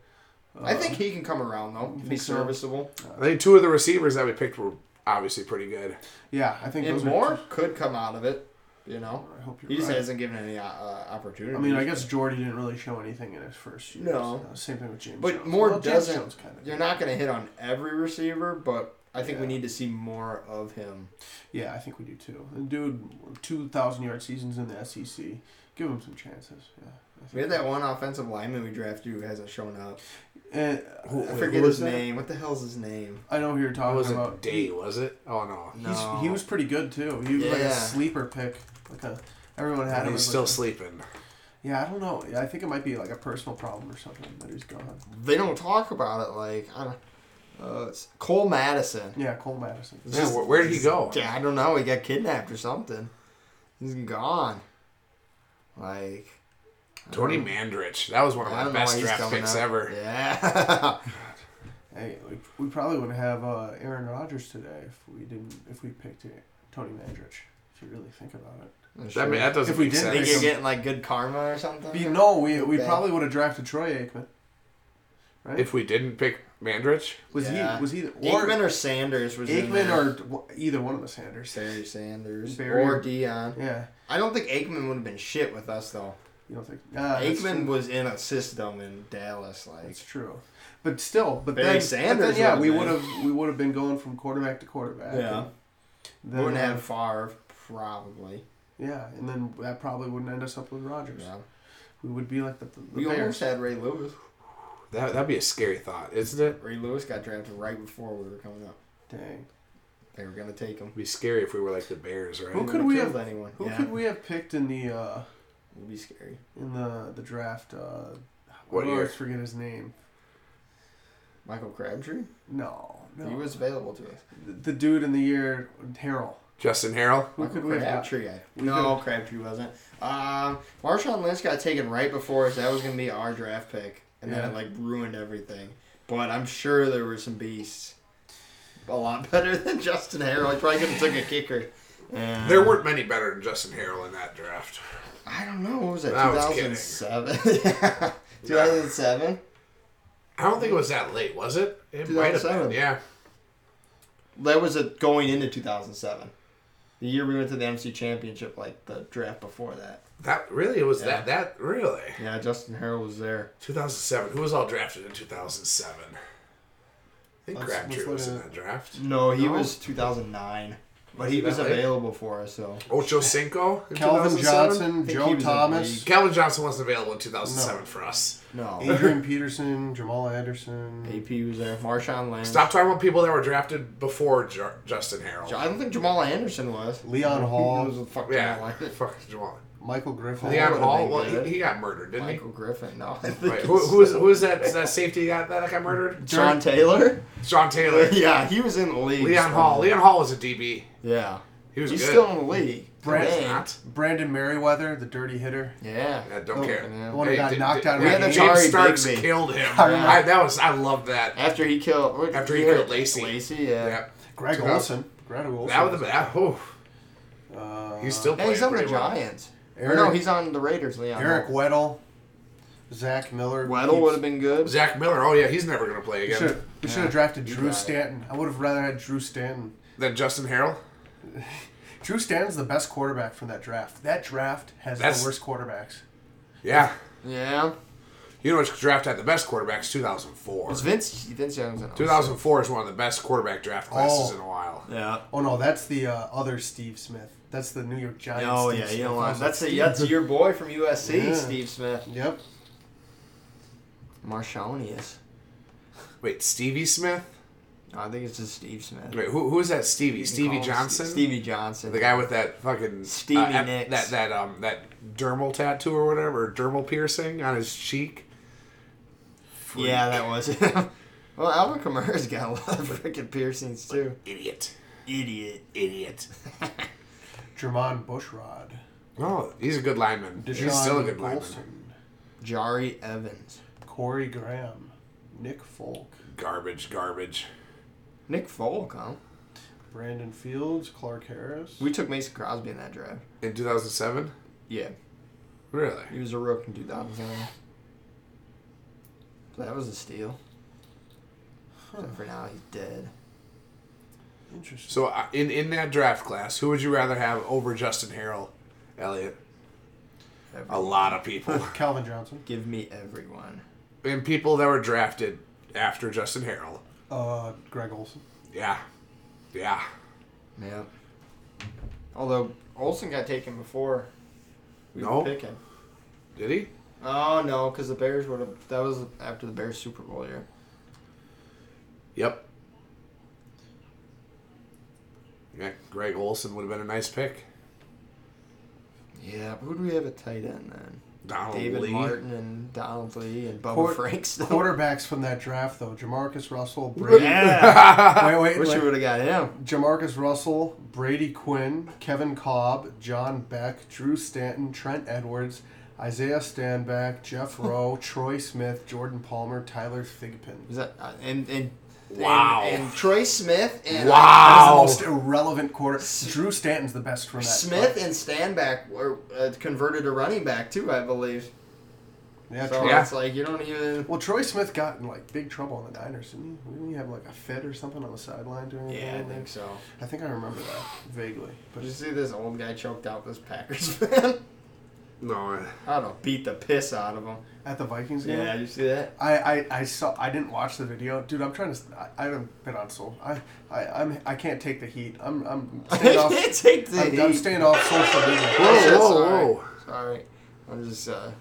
Speaker 2: Uh,
Speaker 1: I think he can come around though. Be
Speaker 2: think so?
Speaker 1: serviceable.
Speaker 3: I think two of the receivers that we picked were obviously pretty good.
Speaker 2: Yeah, I think
Speaker 1: And
Speaker 2: those
Speaker 1: more
Speaker 2: Are,
Speaker 1: could come out of it. You know,
Speaker 2: I hope you're
Speaker 1: he just
Speaker 2: right.
Speaker 1: hasn't given any uh, opportunity.
Speaker 2: I mean, I guess Jordy didn't really show anything in his first year.
Speaker 1: No.
Speaker 2: same thing with James.
Speaker 1: But
Speaker 2: Jones.
Speaker 1: Moore
Speaker 2: Well, James
Speaker 1: doesn't-
Speaker 2: Jones kind of.
Speaker 1: you're not going to hit on every receiver, but I think we
Speaker 2: Yeah.
Speaker 1: need to see more of him.
Speaker 2: Yeah, I think we do too. And dude, two thousand yard seasons in the SEC. Give him some chances. Yeah. I
Speaker 1: We
Speaker 2: think-
Speaker 1: had that one offensive lineman we drafted who hasn't shown up.
Speaker 2: And
Speaker 3: Who-
Speaker 1: I
Speaker 3: who
Speaker 1: forget
Speaker 3: was
Speaker 1: his
Speaker 3: that?
Speaker 1: name. What the hell's his name?
Speaker 2: I know who you're
Speaker 3: It
Speaker 2: talking
Speaker 3: was a
Speaker 2: about.
Speaker 3: day, was it? Oh no.
Speaker 1: No.
Speaker 2: He's, he was pretty good too. He was like
Speaker 1: Yeah.
Speaker 2: a sleeper pick. Like a, everyone had
Speaker 3: And
Speaker 2: him.
Speaker 3: he's
Speaker 2: as, like,
Speaker 3: still
Speaker 2: a-
Speaker 3: sleeping.
Speaker 2: Yeah, I don't know. Yeah, I think it might be like a personal problem or something that he's gone.
Speaker 1: They don't talk about it like I don't, uh, it's Cole Madison.
Speaker 2: Yeah, Cole Madison.
Speaker 1: It's just-
Speaker 3: Yeah, where- where did he go?
Speaker 1: Yeah, I don't know. He got kidnapped or something. He's gone. Like I
Speaker 3: Tony
Speaker 1: don't-
Speaker 3: Mandrich. That was one of
Speaker 1: I
Speaker 3: my
Speaker 1: don't know why
Speaker 3: best
Speaker 1: he's
Speaker 3: draft
Speaker 1: coming
Speaker 3: picks
Speaker 1: up.
Speaker 3: ever.
Speaker 1: Yeah.
Speaker 2: Hey, we, we probably wouldn't have uh, Aaron Rodgers today if we didn't if we picked it, Tony Mandrich. If you really think about it.
Speaker 3: That, ma- that doesn't
Speaker 2: If we
Speaker 3: make
Speaker 2: didn't
Speaker 1: think
Speaker 3: sense.
Speaker 1: you're getting like good karma or something.
Speaker 2: Be- no, we we
Speaker 1: Okay.
Speaker 2: probably would have drafted Troy Aikman. Right?
Speaker 3: If we didn't pick Mandrich,
Speaker 2: was
Speaker 1: Yeah.
Speaker 2: he was he the, or
Speaker 1: Aikman or Sanders was in
Speaker 2: Aikman
Speaker 1: there.
Speaker 2: or d- wh- either one of the Sanders.
Speaker 1: Barry Sanders
Speaker 2: Barry
Speaker 1: or
Speaker 2: or-
Speaker 1: Dion.
Speaker 2: Yeah,
Speaker 1: I don't think Aikman would have been shit with us though.
Speaker 2: you don't think uh,
Speaker 1: Aikman was in a system in Dallas, like
Speaker 2: That's true, but still, but
Speaker 1: Barry
Speaker 2: then,
Speaker 1: Sanders
Speaker 2: but then, yeah,
Speaker 1: would've
Speaker 2: we
Speaker 1: been.
Speaker 2: would have we would have been going from quarterback to quarterback.
Speaker 1: Yeah.
Speaker 2: and
Speaker 1: we
Speaker 2: then,
Speaker 1: wouldn't
Speaker 2: uh,
Speaker 1: have Favre probably.
Speaker 2: Yeah, and then that probably wouldn't end us up with Rodgers.
Speaker 1: Yeah.
Speaker 2: We would be like the, the
Speaker 1: We almost
Speaker 2: Bears.
Speaker 1: had Ray Lewis.
Speaker 3: that that'd be a scary thought, isn't it?
Speaker 1: Ray Lewis got drafted right before we were coming up.
Speaker 2: Dang.
Speaker 1: They were gonna take him.
Speaker 3: It'd be scary if we were like the Bears, right?
Speaker 2: Who
Speaker 1: They
Speaker 2: could
Speaker 1: would've
Speaker 2: we
Speaker 1: killed Anyone?
Speaker 2: Who
Speaker 1: yeah.
Speaker 2: could we have picked in the uh,
Speaker 1: It'd be scary.
Speaker 2: in the the draft? Uh,
Speaker 3: What
Speaker 2: I
Speaker 3: year?
Speaker 2: always forget his name.
Speaker 1: Michael Crabtree.
Speaker 2: No, no.
Speaker 1: He was available to us.
Speaker 2: the, the dude in the year Harrell.
Speaker 3: Justin Harrell.
Speaker 2: Who
Speaker 1: Michael
Speaker 2: could we have?
Speaker 1: Crabtree? I,
Speaker 2: we
Speaker 1: eh? no, Crabtree wasn't. Um, Marshawn Lynch got taken right before us. That was gonna be our draft pick, and then
Speaker 2: Yeah.
Speaker 1: it like ruined everything. But I'm sure there were some beasts a lot better than Justin Harrell. I probably could have took a kicker. And
Speaker 3: There weren't many better than Justin Harrell in that draft.
Speaker 1: I don't know. What was that?
Speaker 3: I was kidding.
Speaker 1: 2007. 2007.
Speaker 3: I don't think it was that late, was it? It might have
Speaker 1: 2007.
Speaker 3: been. Yeah.
Speaker 1: That was a, going into 2007. The year we went to the MC Championship, like the draft before that.
Speaker 3: That really it was
Speaker 1: Yeah.
Speaker 3: that that really.
Speaker 1: Yeah, Justin Harrell was there.
Speaker 3: 2007. Who was all drafted in 2007? I think
Speaker 2: Let's-
Speaker 3: Crabtree
Speaker 2: let's look
Speaker 3: was in
Speaker 2: at-
Speaker 3: that draft.
Speaker 1: No, he
Speaker 2: No?
Speaker 1: was 2009, but he was
Speaker 3: That late?
Speaker 1: available for us. So
Speaker 3: Ocho Cinco. in
Speaker 2: Calvin
Speaker 3: 2007?
Speaker 2: Johnson,
Speaker 1: think he
Speaker 2: Joe
Speaker 1: was in
Speaker 2: Thomas,
Speaker 1: league.
Speaker 3: Calvin Johnson wasn't available in 2007
Speaker 2: No.
Speaker 3: for us.
Speaker 1: no,
Speaker 2: Adrian Peterson, Jamal Anderson.
Speaker 1: AP was there. Marshawn Lynch.
Speaker 3: Stop talking about people that were drafted before Ju- Justin Harrell.
Speaker 1: I don't think Jamal Anderson was.
Speaker 2: Leon
Speaker 1: He was
Speaker 2: Hall,
Speaker 1: a fuck Jamal
Speaker 3: yeah,
Speaker 1: Anderson.
Speaker 3: fuck Jamal.
Speaker 2: Michael Griffin.
Speaker 1: Yeah.
Speaker 3: Leon
Speaker 1: would've
Speaker 3: Hall,
Speaker 1: been
Speaker 3: well,
Speaker 1: good.
Speaker 3: he, he got murdered, didn't
Speaker 1: Michael Griffin. No, I
Speaker 3: he?
Speaker 1: think
Speaker 3: Wait,
Speaker 1: it
Speaker 3: who,
Speaker 1: was-
Speaker 3: who is who is that? Is that safety guy that got murdered?
Speaker 1: Sean Taylor?
Speaker 3: John Taylor,
Speaker 1: yeah, he was in the league.
Speaker 3: Leon
Speaker 1: so-
Speaker 3: Hall. Leon Hall was a DB.
Speaker 1: Yeah,
Speaker 3: He was
Speaker 1: he's
Speaker 3: good.
Speaker 1: still in the league.
Speaker 2: Brad-
Speaker 1: Dang.
Speaker 3: not.
Speaker 2: Brandon Merriweather, the dirty hitter.
Speaker 1: Yeah.
Speaker 3: I don't care.
Speaker 1: yeah.
Speaker 2: The one who got
Speaker 3: did-
Speaker 2: knocked
Speaker 3: did-
Speaker 2: out.
Speaker 1: We
Speaker 2: of
Speaker 1: had
Speaker 2: the
Speaker 1: a
Speaker 3: James
Speaker 2: game.
Speaker 1: Atari
Speaker 3: Starks
Speaker 1: Bigby.
Speaker 3: killed him.
Speaker 1: remember.
Speaker 3: I, that was I love that.
Speaker 1: After he killed. what-
Speaker 3: After he killed Lacey.
Speaker 1: Lacey, yeah.
Speaker 3: Yeah,
Speaker 2: Greg Olson. Greg Olson.
Speaker 3: that was the that. Oh,
Speaker 2: Uh,
Speaker 3: he's still
Speaker 1: Yeah,
Speaker 3: playing
Speaker 1: he's on the
Speaker 3: pretty well.
Speaker 1: Giants. Or
Speaker 2: Eric,
Speaker 1: no, he's on the Raiders. Leon.
Speaker 2: Eric
Speaker 1: Hall.
Speaker 2: Weddle, Zach Miller.
Speaker 1: Weddle would have been good.
Speaker 3: Zach Miller. Oh yeah, he's never gonna play
Speaker 2: We
Speaker 3: again.
Speaker 2: should have
Speaker 1: Yeah.
Speaker 2: drafted
Speaker 1: You
Speaker 2: Drew
Speaker 1: got it.
Speaker 2: Stanton. I would have rather had Drew Stanton.
Speaker 3: Then Justin Harrell.
Speaker 2: Drew Stanton's the best quarterback from that draft. That draft has
Speaker 3: That's-
Speaker 2: the worst quarterbacks.
Speaker 3: Yeah,
Speaker 1: Yeah.
Speaker 3: you know which draft had the best quarterbacks? 2004.
Speaker 1: Was Vince Vince Young's in?
Speaker 3: 2004 is one of the best quarterback draft classes
Speaker 2: Oh.
Speaker 3: in a while.
Speaker 1: Yeah.
Speaker 2: Oh no, that's the uh, other Steve Smith. That's the New York Giants.
Speaker 1: Oh
Speaker 2: Steve
Speaker 1: yeah,
Speaker 2: Smith.
Speaker 1: you don't
Speaker 2: I
Speaker 1: want
Speaker 2: was
Speaker 1: that's
Speaker 2: like,
Speaker 1: a, that's your boy from USC,
Speaker 2: Yeah.
Speaker 1: Steve Smith.
Speaker 2: Yep.
Speaker 1: Marshonius.
Speaker 3: Wait, Stevie Smith?
Speaker 1: I think it's just Steve Smith.
Speaker 3: Wait, who, who is that? Stevie Stevie
Speaker 2: Collins.
Speaker 3: Johnson?
Speaker 1: Stevie Johnson.
Speaker 3: The guy with that fucking
Speaker 1: Stevie
Speaker 3: uh, ep-
Speaker 1: Nicks.
Speaker 3: that that um that dermal tattoo or whatever, or dermal piercing on his cheek. Freak.
Speaker 1: Yeah, that was him. well, Alvin Kamara's got a lot of freaking piercings too.
Speaker 3: idiot,
Speaker 1: Idiot.
Speaker 3: idiot.
Speaker 2: Jermon Bushrod.
Speaker 3: No, Oh, he's a good lineman. he's still a good lineman.
Speaker 2: Olsen,
Speaker 1: Jari Evans.
Speaker 2: Corey Graham. Nick Folk.
Speaker 3: Garbage, garbage.
Speaker 1: Nick Folk, huh?
Speaker 2: Brandon Fields. Clark Harris.
Speaker 1: We took Mason Crosby in that draft.
Speaker 3: In 2007,
Speaker 1: Yeah,
Speaker 3: really?
Speaker 1: he was a rook in 2007. So that was a steal. Except for now, he's dead.
Speaker 2: Interesting.
Speaker 3: So uh, in in that draft class, who would you rather have over Justin Harrell Elliot. A
Speaker 1: Everyone.
Speaker 3: lot of people.
Speaker 2: Calvin Johnson.
Speaker 1: Give me everyone.
Speaker 3: and people that were drafted after Justin Harrell.
Speaker 2: Uh, Greg Olson.
Speaker 3: Yeah. Yeah.
Speaker 1: Yep. Although Olsen got taken before we
Speaker 3: No.
Speaker 1: were picking.
Speaker 3: Did he?
Speaker 1: Oh no, because the Bears would have. That was after the Bears Super Bowl year.
Speaker 3: Yep. Yeah, Greg Olson would have been a nice pick.
Speaker 1: Yeah, but who do we have at tight end then?
Speaker 3: Donald
Speaker 1: David
Speaker 3: Lee.
Speaker 1: Martin and Donald Lee and Bubba
Speaker 2: Quar-
Speaker 1: Frank still.
Speaker 2: Quarterbacks from that draft though: Jamarcus Russell, Brady. wait, wait,
Speaker 1: Wish
Speaker 2: wait.
Speaker 1: we would have got him.
Speaker 2: Jamarcus Russell, Brady Quinn, Kevin Cobb, John Beck, Drew Stanton, Trent Edwards, Isaiah Standback, Jeff Rowe, Troy Smith, Jordan Palmer, Tyler Thigpen.
Speaker 1: Is that uh, and and
Speaker 3: Wow.
Speaker 1: and, and Troy Smith and
Speaker 2: That is the
Speaker 3: Wow.
Speaker 2: most irrelevant quarter. Drew Stanton's the best for that.
Speaker 1: Smith and Standback were uh, converted to running back too, I believe.
Speaker 2: yeah,
Speaker 1: so
Speaker 2: Troy.
Speaker 3: Yeah.
Speaker 1: it's like you don't even.
Speaker 2: Well, Troy Smith got in like big trouble on the Niners, didn't he? Didn't he have like a fit or something on the sideline during? the
Speaker 1: Yeah, I
Speaker 2: game?
Speaker 1: think so.
Speaker 2: I think I remember that vaguely. But
Speaker 1: But you see this old guy choked out this Packers fan.
Speaker 3: No. I-
Speaker 1: I don't beat the piss out of him.
Speaker 2: at the Vikings game,
Speaker 1: Yeah, you see that?
Speaker 2: I, I, I saw I didn't watch the video, dude. I'm trying to. I, I haven't been on social. I, I I'm I can't take the heat. I'm I'm staying off.
Speaker 1: can't take the
Speaker 2: I'm, I'm
Speaker 1: heat.
Speaker 2: staying off social media.
Speaker 1: That's
Speaker 3: Whoa,
Speaker 1: it,
Speaker 3: whoa,
Speaker 1: sorry.
Speaker 3: whoa.
Speaker 1: Sorry. I'm just, uh,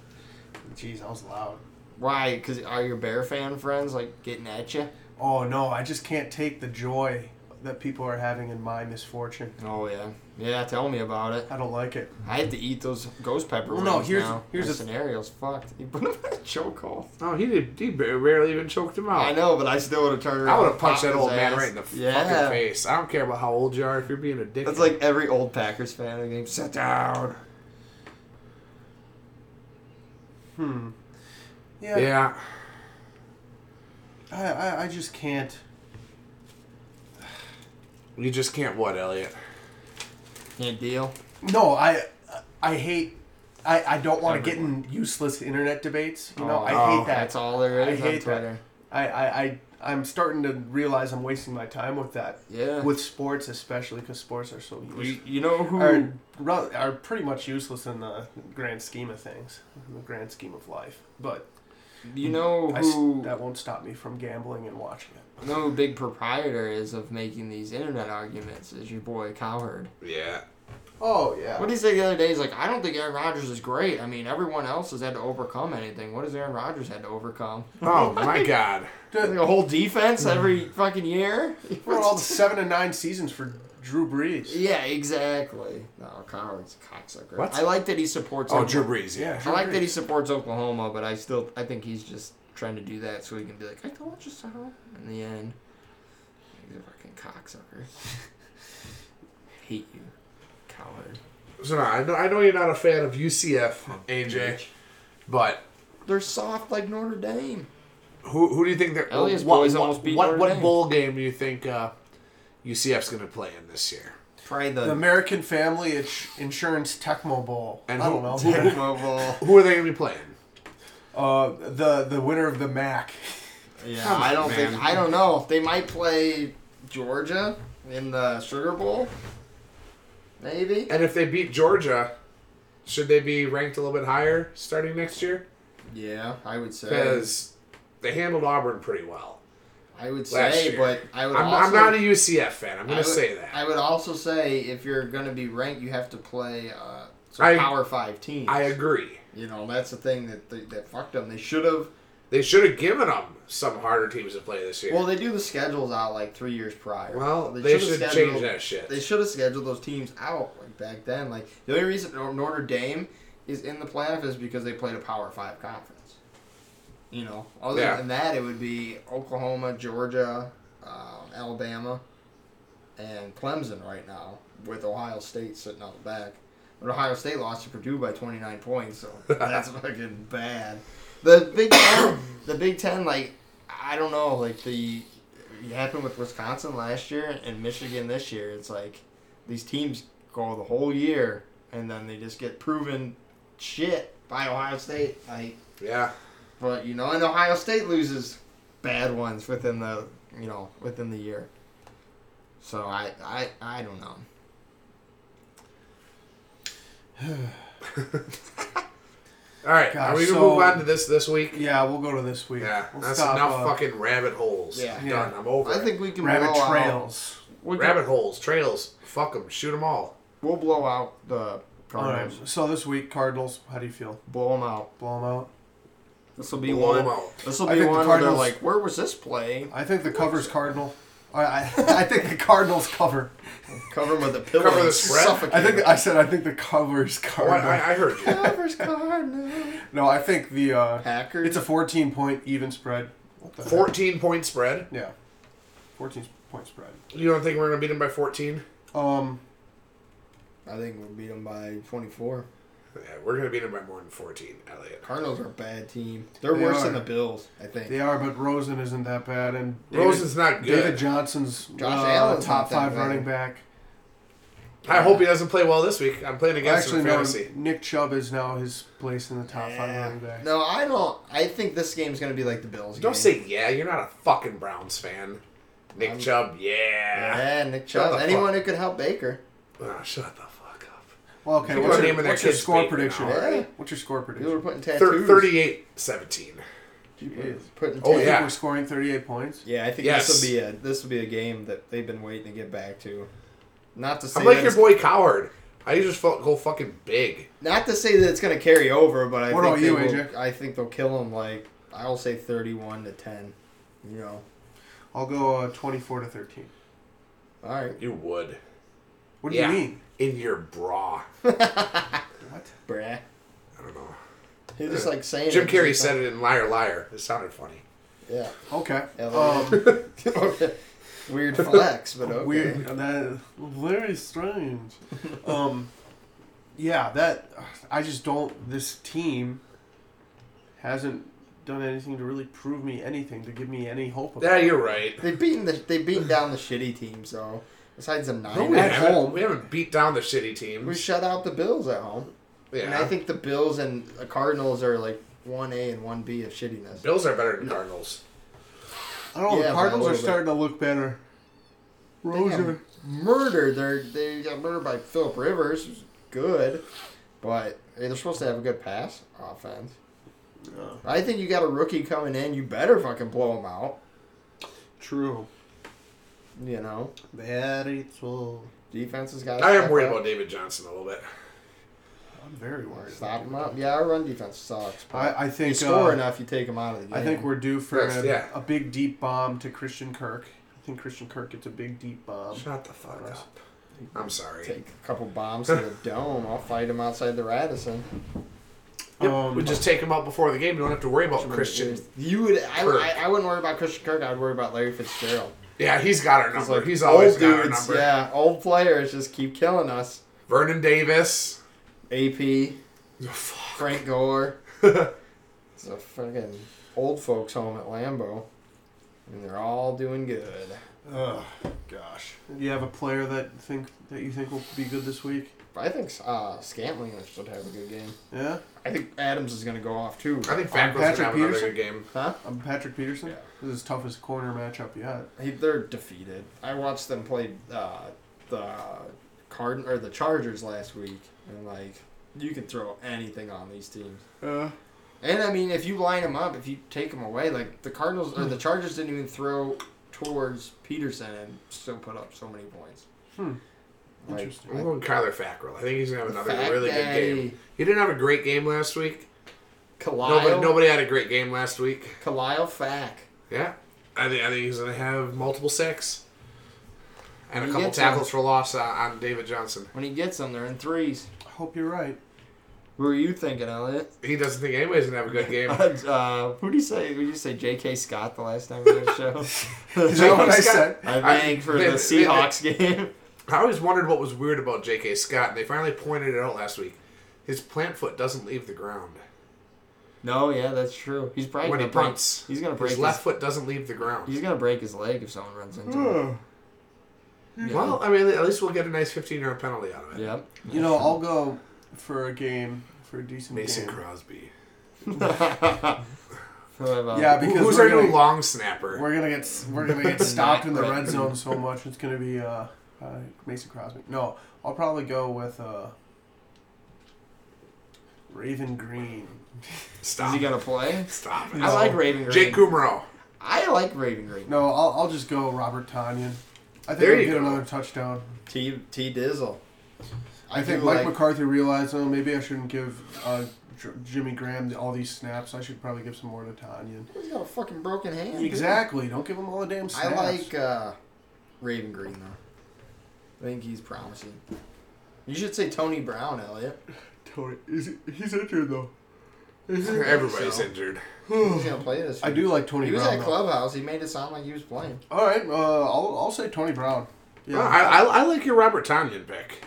Speaker 2: Jeez, I was loud.
Speaker 1: why? Because are your Bear fan friends, like, getting at you?
Speaker 2: Oh no, I just can't take the joy that people are having in my misfortune.
Speaker 1: Oh, yeah. Yeah, tell me about it.
Speaker 2: I don't like it.
Speaker 1: I had to eat those ghost pepper
Speaker 2: Well,
Speaker 1: wings
Speaker 2: no, here's-
Speaker 1: now.
Speaker 2: here's
Speaker 1: My
Speaker 2: the-
Speaker 1: scenario's fucked. You put him in a chokehold.
Speaker 3: No, he did. He ba- barely even choked him out.
Speaker 1: I know, but Oh. I still would have turned around
Speaker 3: I would have
Speaker 1: and
Speaker 3: punched
Speaker 1: popped
Speaker 3: that
Speaker 1: his
Speaker 3: old man
Speaker 1: ass.
Speaker 3: right in the
Speaker 1: yeah.
Speaker 3: fucking face. I don't care about how old you are if you're being a dick.
Speaker 1: That's like every old Packers fan in the game. Sit down.
Speaker 2: Hmm. Yeah.
Speaker 3: yeah.
Speaker 2: I, I I just can't.
Speaker 3: You just can't what, Elliot?
Speaker 1: Can't deal.
Speaker 2: No, I I hate. I, I don't want to get
Speaker 1: Everyone.
Speaker 2: in useless internet debates. You know,
Speaker 1: Oh,
Speaker 2: I
Speaker 3: oh,
Speaker 2: hate that.
Speaker 1: That's all there
Speaker 2: I
Speaker 1: is on
Speaker 2: hate that.
Speaker 1: Twitter.
Speaker 2: I, I, I I'm starting to realize I'm wasting my time with that.
Speaker 1: Yeah.
Speaker 2: With sports, especially because sports are so
Speaker 1: You,
Speaker 2: use-
Speaker 1: you know who?
Speaker 2: are ru- are pretty much useless in the grand scheme of things, in the grand scheme of life. But
Speaker 1: You know
Speaker 2: I s
Speaker 1: who?
Speaker 2: that won't stop me from gambling and watching it.
Speaker 1: You know who big proprietor is of making these internet arguments is your boy Cowherd.
Speaker 3: Yeah.
Speaker 2: Oh yeah.
Speaker 1: What did he say the other day? He's like, I don't think Aaron Rodgers is great. I mean, everyone else has had to overcome anything. What has Aaron Rodgers had to overcome?
Speaker 3: Oh my God.
Speaker 1: Like a whole defense every fucking year.
Speaker 2: We're all the seven and nine seasons for Drew Brees.
Speaker 1: yeah, exactly. No, Cowherd's a cocksucker.
Speaker 3: What?
Speaker 1: I like that he supports.
Speaker 3: Oh,
Speaker 1: Oklahoma.
Speaker 3: Drew Brees. Yeah.
Speaker 1: I like that he supports Oklahoma, but I still I think he's just trying to do that so he can be like, I told you so. In the end, he's a fucking cocksucker. Hate you, coward.
Speaker 3: So no, I know, I know you're not a fan of UCF, AJ, but
Speaker 1: They're soft like Notre Dame.
Speaker 3: who who do you think that
Speaker 1: Elias
Speaker 3: what,
Speaker 1: boys
Speaker 3: what,
Speaker 1: almost beat
Speaker 3: what,
Speaker 1: Notre
Speaker 3: what
Speaker 1: Dame.
Speaker 3: bowl game do you think uh, UCF's going to play in this year?
Speaker 1: Probably
Speaker 2: The
Speaker 1: the
Speaker 2: American Family Ins- Insurance Tecmo Bowl.
Speaker 3: And
Speaker 2: I
Speaker 3: who-
Speaker 2: don't know.
Speaker 1: Tecmo Bowl.
Speaker 3: Who are they going to be playing?
Speaker 2: Uh, the the winner of the MAC.
Speaker 1: Yeah,
Speaker 3: Come
Speaker 1: I
Speaker 3: on,
Speaker 1: don't
Speaker 3: man.
Speaker 1: think I don't know. They might play Georgia in the Sugar Bowl. Maybe.
Speaker 3: And if they beat Georgia, should they be ranked a little bit higher starting next year?
Speaker 1: Yeah, I would say.
Speaker 3: Because they handled Auburn pretty well.
Speaker 1: I would
Speaker 3: last
Speaker 1: say,
Speaker 3: year.
Speaker 1: but I would
Speaker 3: I'm,
Speaker 1: also
Speaker 3: I'm not a UCF fan. I'm going
Speaker 1: I
Speaker 3: to
Speaker 1: would-
Speaker 3: say that.
Speaker 1: I would also say if you're going to be ranked, you have to play uh, some
Speaker 3: I-
Speaker 1: Power Five teams.
Speaker 3: I agree.
Speaker 1: You know, that's the thing that they, that fucked them. They should have.
Speaker 3: They should have given them some harder teams to play this year.
Speaker 1: Well,
Speaker 3: Well,
Speaker 1: they do the schedules out like three years prior. shoulda
Speaker 3: they, should change
Speaker 1: scheduled-
Speaker 3: that shit.
Speaker 1: They should have scheduled those teams out like back then. Like the only reason Nor- Notre Dame is in the playoff is because they played a Power Five conference. You know, other
Speaker 3: Yeah.
Speaker 1: than that, it would be Oklahoma, Georgia, um, Alabama, and Clemson right now, with Ohio State sitting out the back. But Ohio State lost to Purdue by 29 points, so that's fucking bad. The Big Ten, the Big Ten, like I don't know, like the it happened with Wisconsin last year and Michigan this year. It's like these teams go the whole year and then they just get proven shit by Ohio State. Like,
Speaker 3: yeah.
Speaker 1: but you know, and Ohio State loses bad ones within the you know within the year. So I I I don't know.
Speaker 3: All right,
Speaker 2: Gosh,
Speaker 3: are we gonna
Speaker 2: so-
Speaker 3: move on to this this week?
Speaker 2: Yeah, we'll go to this week.
Speaker 3: Yeah,
Speaker 2: We'll
Speaker 3: that's
Speaker 2: stop,
Speaker 3: enough
Speaker 2: uh,
Speaker 3: fucking rabbit holes.
Speaker 1: Yeah.
Speaker 3: I'm
Speaker 2: Yeah.
Speaker 3: done. I'm over.
Speaker 1: I
Speaker 3: it.
Speaker 1: think we can
Speaker 2: rabbit
Speaker 1: blow out-
Speaker 2: trails.
Speaker 1: we can-
Speaker 3: rabbit holes, trails, fuck them, shoot them all.
Speaker 1: We'll blow out the
Speaker 2: All right.
Speaker 1: Cardinals.
Speaker 2: So this week, Cardinals. How do you feel?
Speaker 1: Blow them out.
Speaker 2: Blow them out.
Speaker 1: This will be
Speaker 3: Blow 'em
Speaker 1: one.
Speaker 3: out.
Speaker 1: This will
Speaker 2: I
Speaker 1: be
Speaker 2: think the
Speaker 1: one where they're
Speaker 2: Cardinals-
Speaker 1: like, where was this play?
Speaker 2: I think the cover's Cardinal. I, I, I think the Cardinals cover.
Speaker 1: Cover 'em with a pillow.
Speaker 3: Cover the
Speaker 1: and
Speaker 3: spread?
Speaker 1: suffocate
Speaker 2: I think
Speaker 1: them.
Speaker 2: I said I think the cover's
Speaker 3: Oh,
Speaker 2: Cardinal.
Speaker 3: I, I- I heard you.
Speaker 1: Covers Cardinals.
Speaker 2: no, I think the uh,
Speaker 1: Packers.
Speaker 2: it's a 14 point even spread. What the heck?
Speaker 3: Fourteen point spread.
Speaker 2: Yeah, 14 point spread.
Speaker 3: You don't think we're gonna beat them by fourteen?
Speaker 2: Um,
Speaker 1: I think we'll beat them by 24.
Speaker 3: Yeah, we're gonna beat them by more than fourteen, Elliot.
Speaker 1: Cardinals are a bad team. They're
Speaker 2: They
Speaker 1: worse
Speaker 2: are.
Speaker 1: than the Bills, I think.
Speaker 2: they are, but Rosen isn't that bad, and David-
Speaker 3: Rosen's not good.
Speaker 2: David Johnson's
Speaker 1: Josh
Speaker 2: uh,
Speaker 1: Allen's not
Speaker 2: top
Speaker 1: that
Speaker 2: five
Speaker 1: bad.
Speaker 2: running back.
Speaker 3: I hope he doesn't play well this week. I'm playing against
Speaker 2: Actually,
Speaker 3: him in
Speaker 2: no.
Speaker 3: fantasy.
Speaker 2: Nick Chubb is now his place in the top five
Speaker 1: Yeah.
Speaker 2: running back.
Speaker 1: No, I don't. I think this game's gonna be like the Bills.
Speaker 3: Don't
Speaker 1: game.
Speaker 3: say yeah. You're not a fucking Browns fan. Nick
Speaker 1: I'm-
Speaker 3: Chubb, yeah.
Speaker 1: Yeah, Nick
Speaker 3: Shut
Speaker 1: Chubb.
Speaker 3: the
Speaker 1: Anyone
Speaker 3: fuck.
Speaker 1: who could help Baker.
Speaker 3: Ah, shut the fuck up.
Speaker 2: Well, okay.
Speaker 3: People
Speaker 2: What's
Speaker 3: are
Speaker 2: your,
Speaker 3: naming their
Speaker 2: what's your
Speaker 3: kids
Speaker 2: score
Speaker 3: Baker now,
Speaker 2: prediction?
Speaker 1: right? Yeah.
Speaker 2: What's your score prediction?
Speaker 1: We were putting tattoos.
Speaker 3: Thir- 38-17.
Speaker 1: Jeez. Putting tattoos.
Speaker 3: Oh,
Speaker 2: I think
Speaker 3: yeah.
Speaker 2: we're scoring 38 points.
Speaker 1: Yeah, I think
Speaker 3: Yes.
Speaker 1: this will be a this will be a game that they've been waiting to get back to. Not to say
Speaker 3: I'm like
Speaker 1: that
Speaker 3: your
Speaker 1: it's-
Speaker 3: boy Coward. I just felt go fucking big.
Speaker 1: not to say that it's going to carry over, but I
Speaker 2: What
Speaker 1: think
Speaker 2: about
Speaker 1: they
Speaker 2: you,
Speaker 1: will,
Speaker 2: AJ?
Speaker 1: I think they'll kill him. Like I'll say thirty-one to ten. You know,
Speaker 2: I'll go uh, 24 to 13.
Speaker 1: all right,
Speaker 3: You would.
Speaker 2: What do
Speaker 3: Yeah.
Speaker 2: you mean?
Speaker 3: In your bra.
Speaker 2: What?
Speaker 1: bruh.
Speaker 3: I don't know.
Speaker 1: You're just like saying.
Speaker 3: Jim
Speaker 1: it
Speaker 3: Carrey
Speaker 1: because
Speaker 3: said it in Liar Liar. It sounded funny.
Speaker 1: Yeah.
Speaker 2: Okay.
Speaker 1: Yeah,
Speaker 2: Um,
Speaker 1: Weird flex, but okay.
Speaker 2: weird. That very strange. Um, yeah, that I just don't. This team hasn't done anything to really prove me anything to give me any hope. About
Speaker 3: Yeah,
Speaker 2: it.
Speaker 3: you're right.
Speaker 1: They've beaten the they've beaten down the shitty teams though. Besides the nine
Speaker 3: No, we,
Speaker 1: at
Speaker 3: haven't,
Speaker 1: home,
Speaker 3: we haven't beat down the shitty teams.
Speaker 1: we shut out the Bills at home, and I
Speaker 3: yeah.
Speaker 1: think the Bills and the Cardinals are like one A and one B of shittiness.
Speaker 3: Bills are better than Cardinals.
Speaker 2: I don't know.
Speaker 1: Yeah, by
Speaker 2: the
Speaker 1: a
Speaker 2: Cardinals are
Speaker 1: little bit.
Speaker 2: starting to look better.
Speaker 1: They got
Speaker 2: Rosen.
Speaker 1: murdered. They're, they got murdered by Philip Rivers. which is Good, but hey, they're supposed to have a good pass offense.
Speaker 2: Uh,
Speaker 1: I think you got a rookie coming in. You better fucking blow him out.
Speaker 2: true.
Speaker 1: You know,
Speaker 2: Very true.
Speaker 1: defense has got.
Speaker 3: I am worried about David Johnson a little bit.
Speaker 2: I'm very worried.
Speaker 1: Stop him up. Yeah, our run defense sucks. But
Speaker 2: I, I think
Speaker 1: you score
Speaker 2: uh,
Speaker 1: enough, you take him out of the game.
Speaker 2: I think we're due for
Speaker 3: Yes,
Speaker 2: a,
Speaker 3: yeah.
Speaker 2: a big deep bomb to Christian Kirk. I think Christian Kirk gets a big deep bomb.
Speaker 3: Shut the fuck up. I'm sorry.
Speaker 1: take a couple bombs to the dome. I'll fight him outside the Radisson.
Speaker 3: Yep,
Speaker 2: Um,
Speaker 3: we just take him out before the game. You don't have to worry about Christian.
Speaker 1: you would. I,
Speaker 3: Kirk.
Speaker 1: I, I wouldn't worry about Christian Kirk. I would worry about Larry Fitzgerald.
Speaker 3: Yeah, he's got our number.
Speaker 1: like
Speaker 3: he's always
Speaker 1: old
Speaker 3: got our
Speaker 1: dudes,
Speaker 3: number.
Speaker 1: Yeah, old players just keep killing us.
Speaker 3: Vernon Davis.
Speaker 1: AP,
Speaker 3: Oh, fuck.
Speaker 1: Frank Gore. it's a fucking old folks home at Lambeau. And they're all doing good.
Speaker 2: Ugh, gosh. Do you have a player that think that you think will be good this week?
Speaker 1: I think uh, Scantling should have a good game.
Speaker 2: Yeah,
Speaker 1: I think Adams is going to go off too.
Speaker 3: I think Fackler's going to
Speaker 2: Patrick
Speaker 3: have another
Speaker 2: Peterson?
Speaker 3: good game.
Speaker 1: Huh?
Speaker 2: um, Patrick Peterson.
Speaker 1: Yeah.
Speaker 2: This is his toughest corner matchup yet.
Speaker 1: He, they're defeated. I watched them play uh, the Card or the Chargers last week, and like you can throw anything on these teams.
Speaker 2: Uh,
Speaker 1: And I mean, if you line them up, if you take them away, like the Cardinals
Speaker 2: Hmm.
Speaker 1: or the Chargers didn't even throw towards Peterson and still put up so many points.
Speaker 2: Hmm.
Speaker 1: Like,
Speaker 2: Interesting.
Speaker 1: I-
Speaker 3: I'm going Kyler Fackrell. I think he's going to have another
Speaker 1: Fact
Speaker 3: really good
Speaker 1: Daddy.
Speaker 3: game. He didn't have a great game last week.
Speaker 1: Kalil,
Speaker 3: Nobody, nobody had a great game last week.
Speaker 1: Kalil Fack.
Speaker 3: Yeah. I think, I think he's going to have multiple sacks and a
Speaker 1: He
Speaker 3: couple
Speaker 1: gets
Speaker 3: tackles for loss on, on David Johnson.
Speaker 1: When he gets them, they're in threes.
Speaker 2: I hope you're right.
Speaker 1: Who are you thinking, Elliot?
Speaker 3: He doesn't think anybody's going to have a good game.
Speaker 1: Uh, who do you say? Who did you say? J.K. Scott the last time we did a show.
Speaker 2: Is that what I
Speaker 3: Scott-
Speaker 2: said?
Speaker 1: I think for
Speaker 3: They-
Speaker 1: the
Speaker 3: they-
Speaker 1: Seahawks game.
Speaker 3: I always wondered what was weird about J.K. Scott, and they finally pointed it out last week. His plant foot doesn't leave the ground.
Speaker 1: No, yeah, that's true. He's probably
Speaker 3: When he
Speaker 1: gonna break-
Speaker 3: punts,
Speaker 1: He's gonna break
Speaker 3: His
Speaker 1: his,
Speaker 3: left foot doesn't leave the ground.
Speaker 1: He's gonna break his leg if someone runs into him.
Speaker 3: uh,
Speaker 2: Ugh. Hmm.
Speaker 3: Well, I mean, at least we'll get a nice 15 yard penalty out of it.
Speaker 1: Yep.
Speaker 2: You know, I'll go for a game for a decent
Speaker 3: Mason
Speaker 2: game.
Speaker 3: Crosby.
Speaker 1: Whoever.
Speaker 2: Yeah, because
Speaker 3: Who's
Speaker 2: we're
Speaker 3: our new
Speaker 2: gonna-
Speaker 3: long snapper?
Speaker 2: We're gonna get s- we're gonna get stopped in the red zone so much. It's gonna be uh, uh, Mason Crosby. No, I'll probably go with uh, Raven Green.
Speaker 1: Is
Speaker 3: Stop.
Speaker 1: he gonna play?
Speaker 3: Stop it.
Speaker 1: I like Raven Green.
Speaker 3: Jake Kumaro.
Speaker 1: I like Raven Green.
Speaker 2: No, I'll, I'll just go Robert Tanyan. I think
Speaker 3: There
Speaker 2: he'll
Speaker 3: you
Speaker 2: get
Speaker 3: go.
Speaker 2: another touchdown.
Speaker 1: T T Dizzle.
Speaker 2: I, think
Speaker 1: do
Speaker 2: Mike
Speaker 1: like-
Speaker 2: McCarthy realized, oh, maybe I shouldn't give uh, J- Jimmy Graham all these snaps. I should probably give some more to Tanyan.
Speaker 1: He's got a fucking broken hand. dude.
Speaker 2: Exactly. Don't give him all the damn snaps.
Speaker 1: I like uh, Raven Green though. I think he's promising. You should say Tony Brown, Elliot.
Speaker 2: Tony. Is he, he's injured though.
Speaker 3: Everybody's
Speaker 1: So.
Speaker 3: injured.
Speaker 1: He's gonna play this.
Speaker 2: I
Speaker 1: week.
Speaker 2: do like Tony
Speaker 1: He was
Speaker 2: Brown.
Speaker 1: at
Speaker 2: though.
Speaker 1: clubhouse. He made it sound like he was playing.
Speaker 2: All right, uh, I'll, I'll say Tony Brown. Yeah,
Speaker 3: No,
Speaker 1: Ah,
Speaker 3: I, I, I like your Robert Tanyan pick.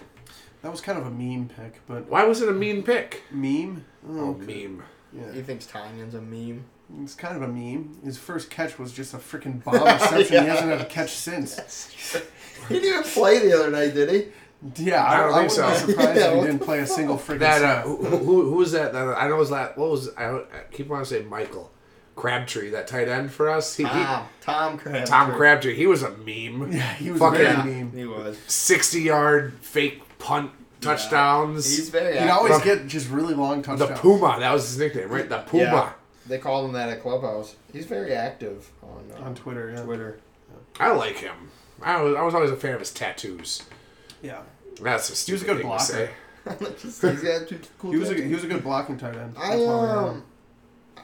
Speaker 2: that was kind of a meme pick, but
Speaker 3: Why was it a mean pick?
Speaker 2: meme.
Speaker 3: Oh,
Speaker 2: Oh,
Speaker 3: meme.
Speaker 1: He
Speaker 2: Yeah,
Speaker 1: thinks Tanyan's a meme.
Speaker 2: it's kind of a meme. His first catch was just a freaking bomb reception. He hasn't had a catch since.
Speaker 1: he didn't even play the other night, did he?
Speaker 2: Yeah,
Speaker 3: I
Speaker 2: I,
Speaker 3: don't
Speaker 2: I wouldn't
Speaker 3: think so.
Speaker 2: be surprised
Speaker 1: Yeah,
Speaker 2: if
Speaker 1: what
Speaker 2: he didn't play a single freaking.
Speaker 3: That
Speaker 2: snap.
Speaker 3: uh, who, who, who was that? that- I know his last. What was I, I keep wanting to say Michael Crabtree, that tight end for us. He, he-
Speaker 1: Tom. Ah, Tom Crabtree.
Speaker 3: Tom Crabtree. He was a meme.
Speaker 2: yeah, he was
Speaker 3: fucking-
Speaker 2: very
Speaker 1: Yeah,
Speaker 2: meme.
Speaker 1: he was.
Speaker 3: Sixty yard fake punt touchdowns.
Speaker 1: He's very.
Speaker 2: He'd
Speaker 1: active.
Speaker 2: always get just really long
Speaker 3: the
Speaker 2: touchdowns.
Speaker 3: Puma. That was his nickname, right? The Puma.
Speaker 1: Yeah. They called him that at clubhouse. He's very active on uh,
Speaker 2: on Twitter. Yeah.
Speaker 1: Twitter.
Speaker 3: I like him. I was, I was always a fan of his tattoos.
Speaker 2: Yeah,
Speaker 3: That's a
Speaker 2: he was
Speaker 3: stupid
Speaker 2: a good
Speaker 3: thing to say.
Speaker 2: blocker.
Speaker 1: He's got two cool.
Speaker 2: He was a
Speaker 1: tattoos.
Speaker 2: he was a good blocking tight end.
Speaker 1: I
Speaker 2: That's why we had
Speaker 1: um,
Speaker 2: him.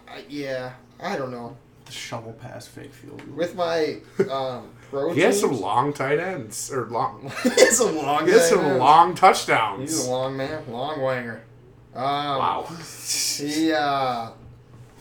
Speaker 1: I, yeah, I don't know.
Speaker 2: the shovel pass fake field.
Speaker 1: With my um, pro
Speaker 3: He has
Speaker 1: teams-
Speaker 3: some long tight ends or long.
Speaker 1: he has some long.
Speaker 3: He has some
Speaker 1: man.
Speaker 3: long touchdowns.
Speaker 1: He's a long man, long wanger. Um,
Speaker 3: wow.
Speaker 1: He, uh,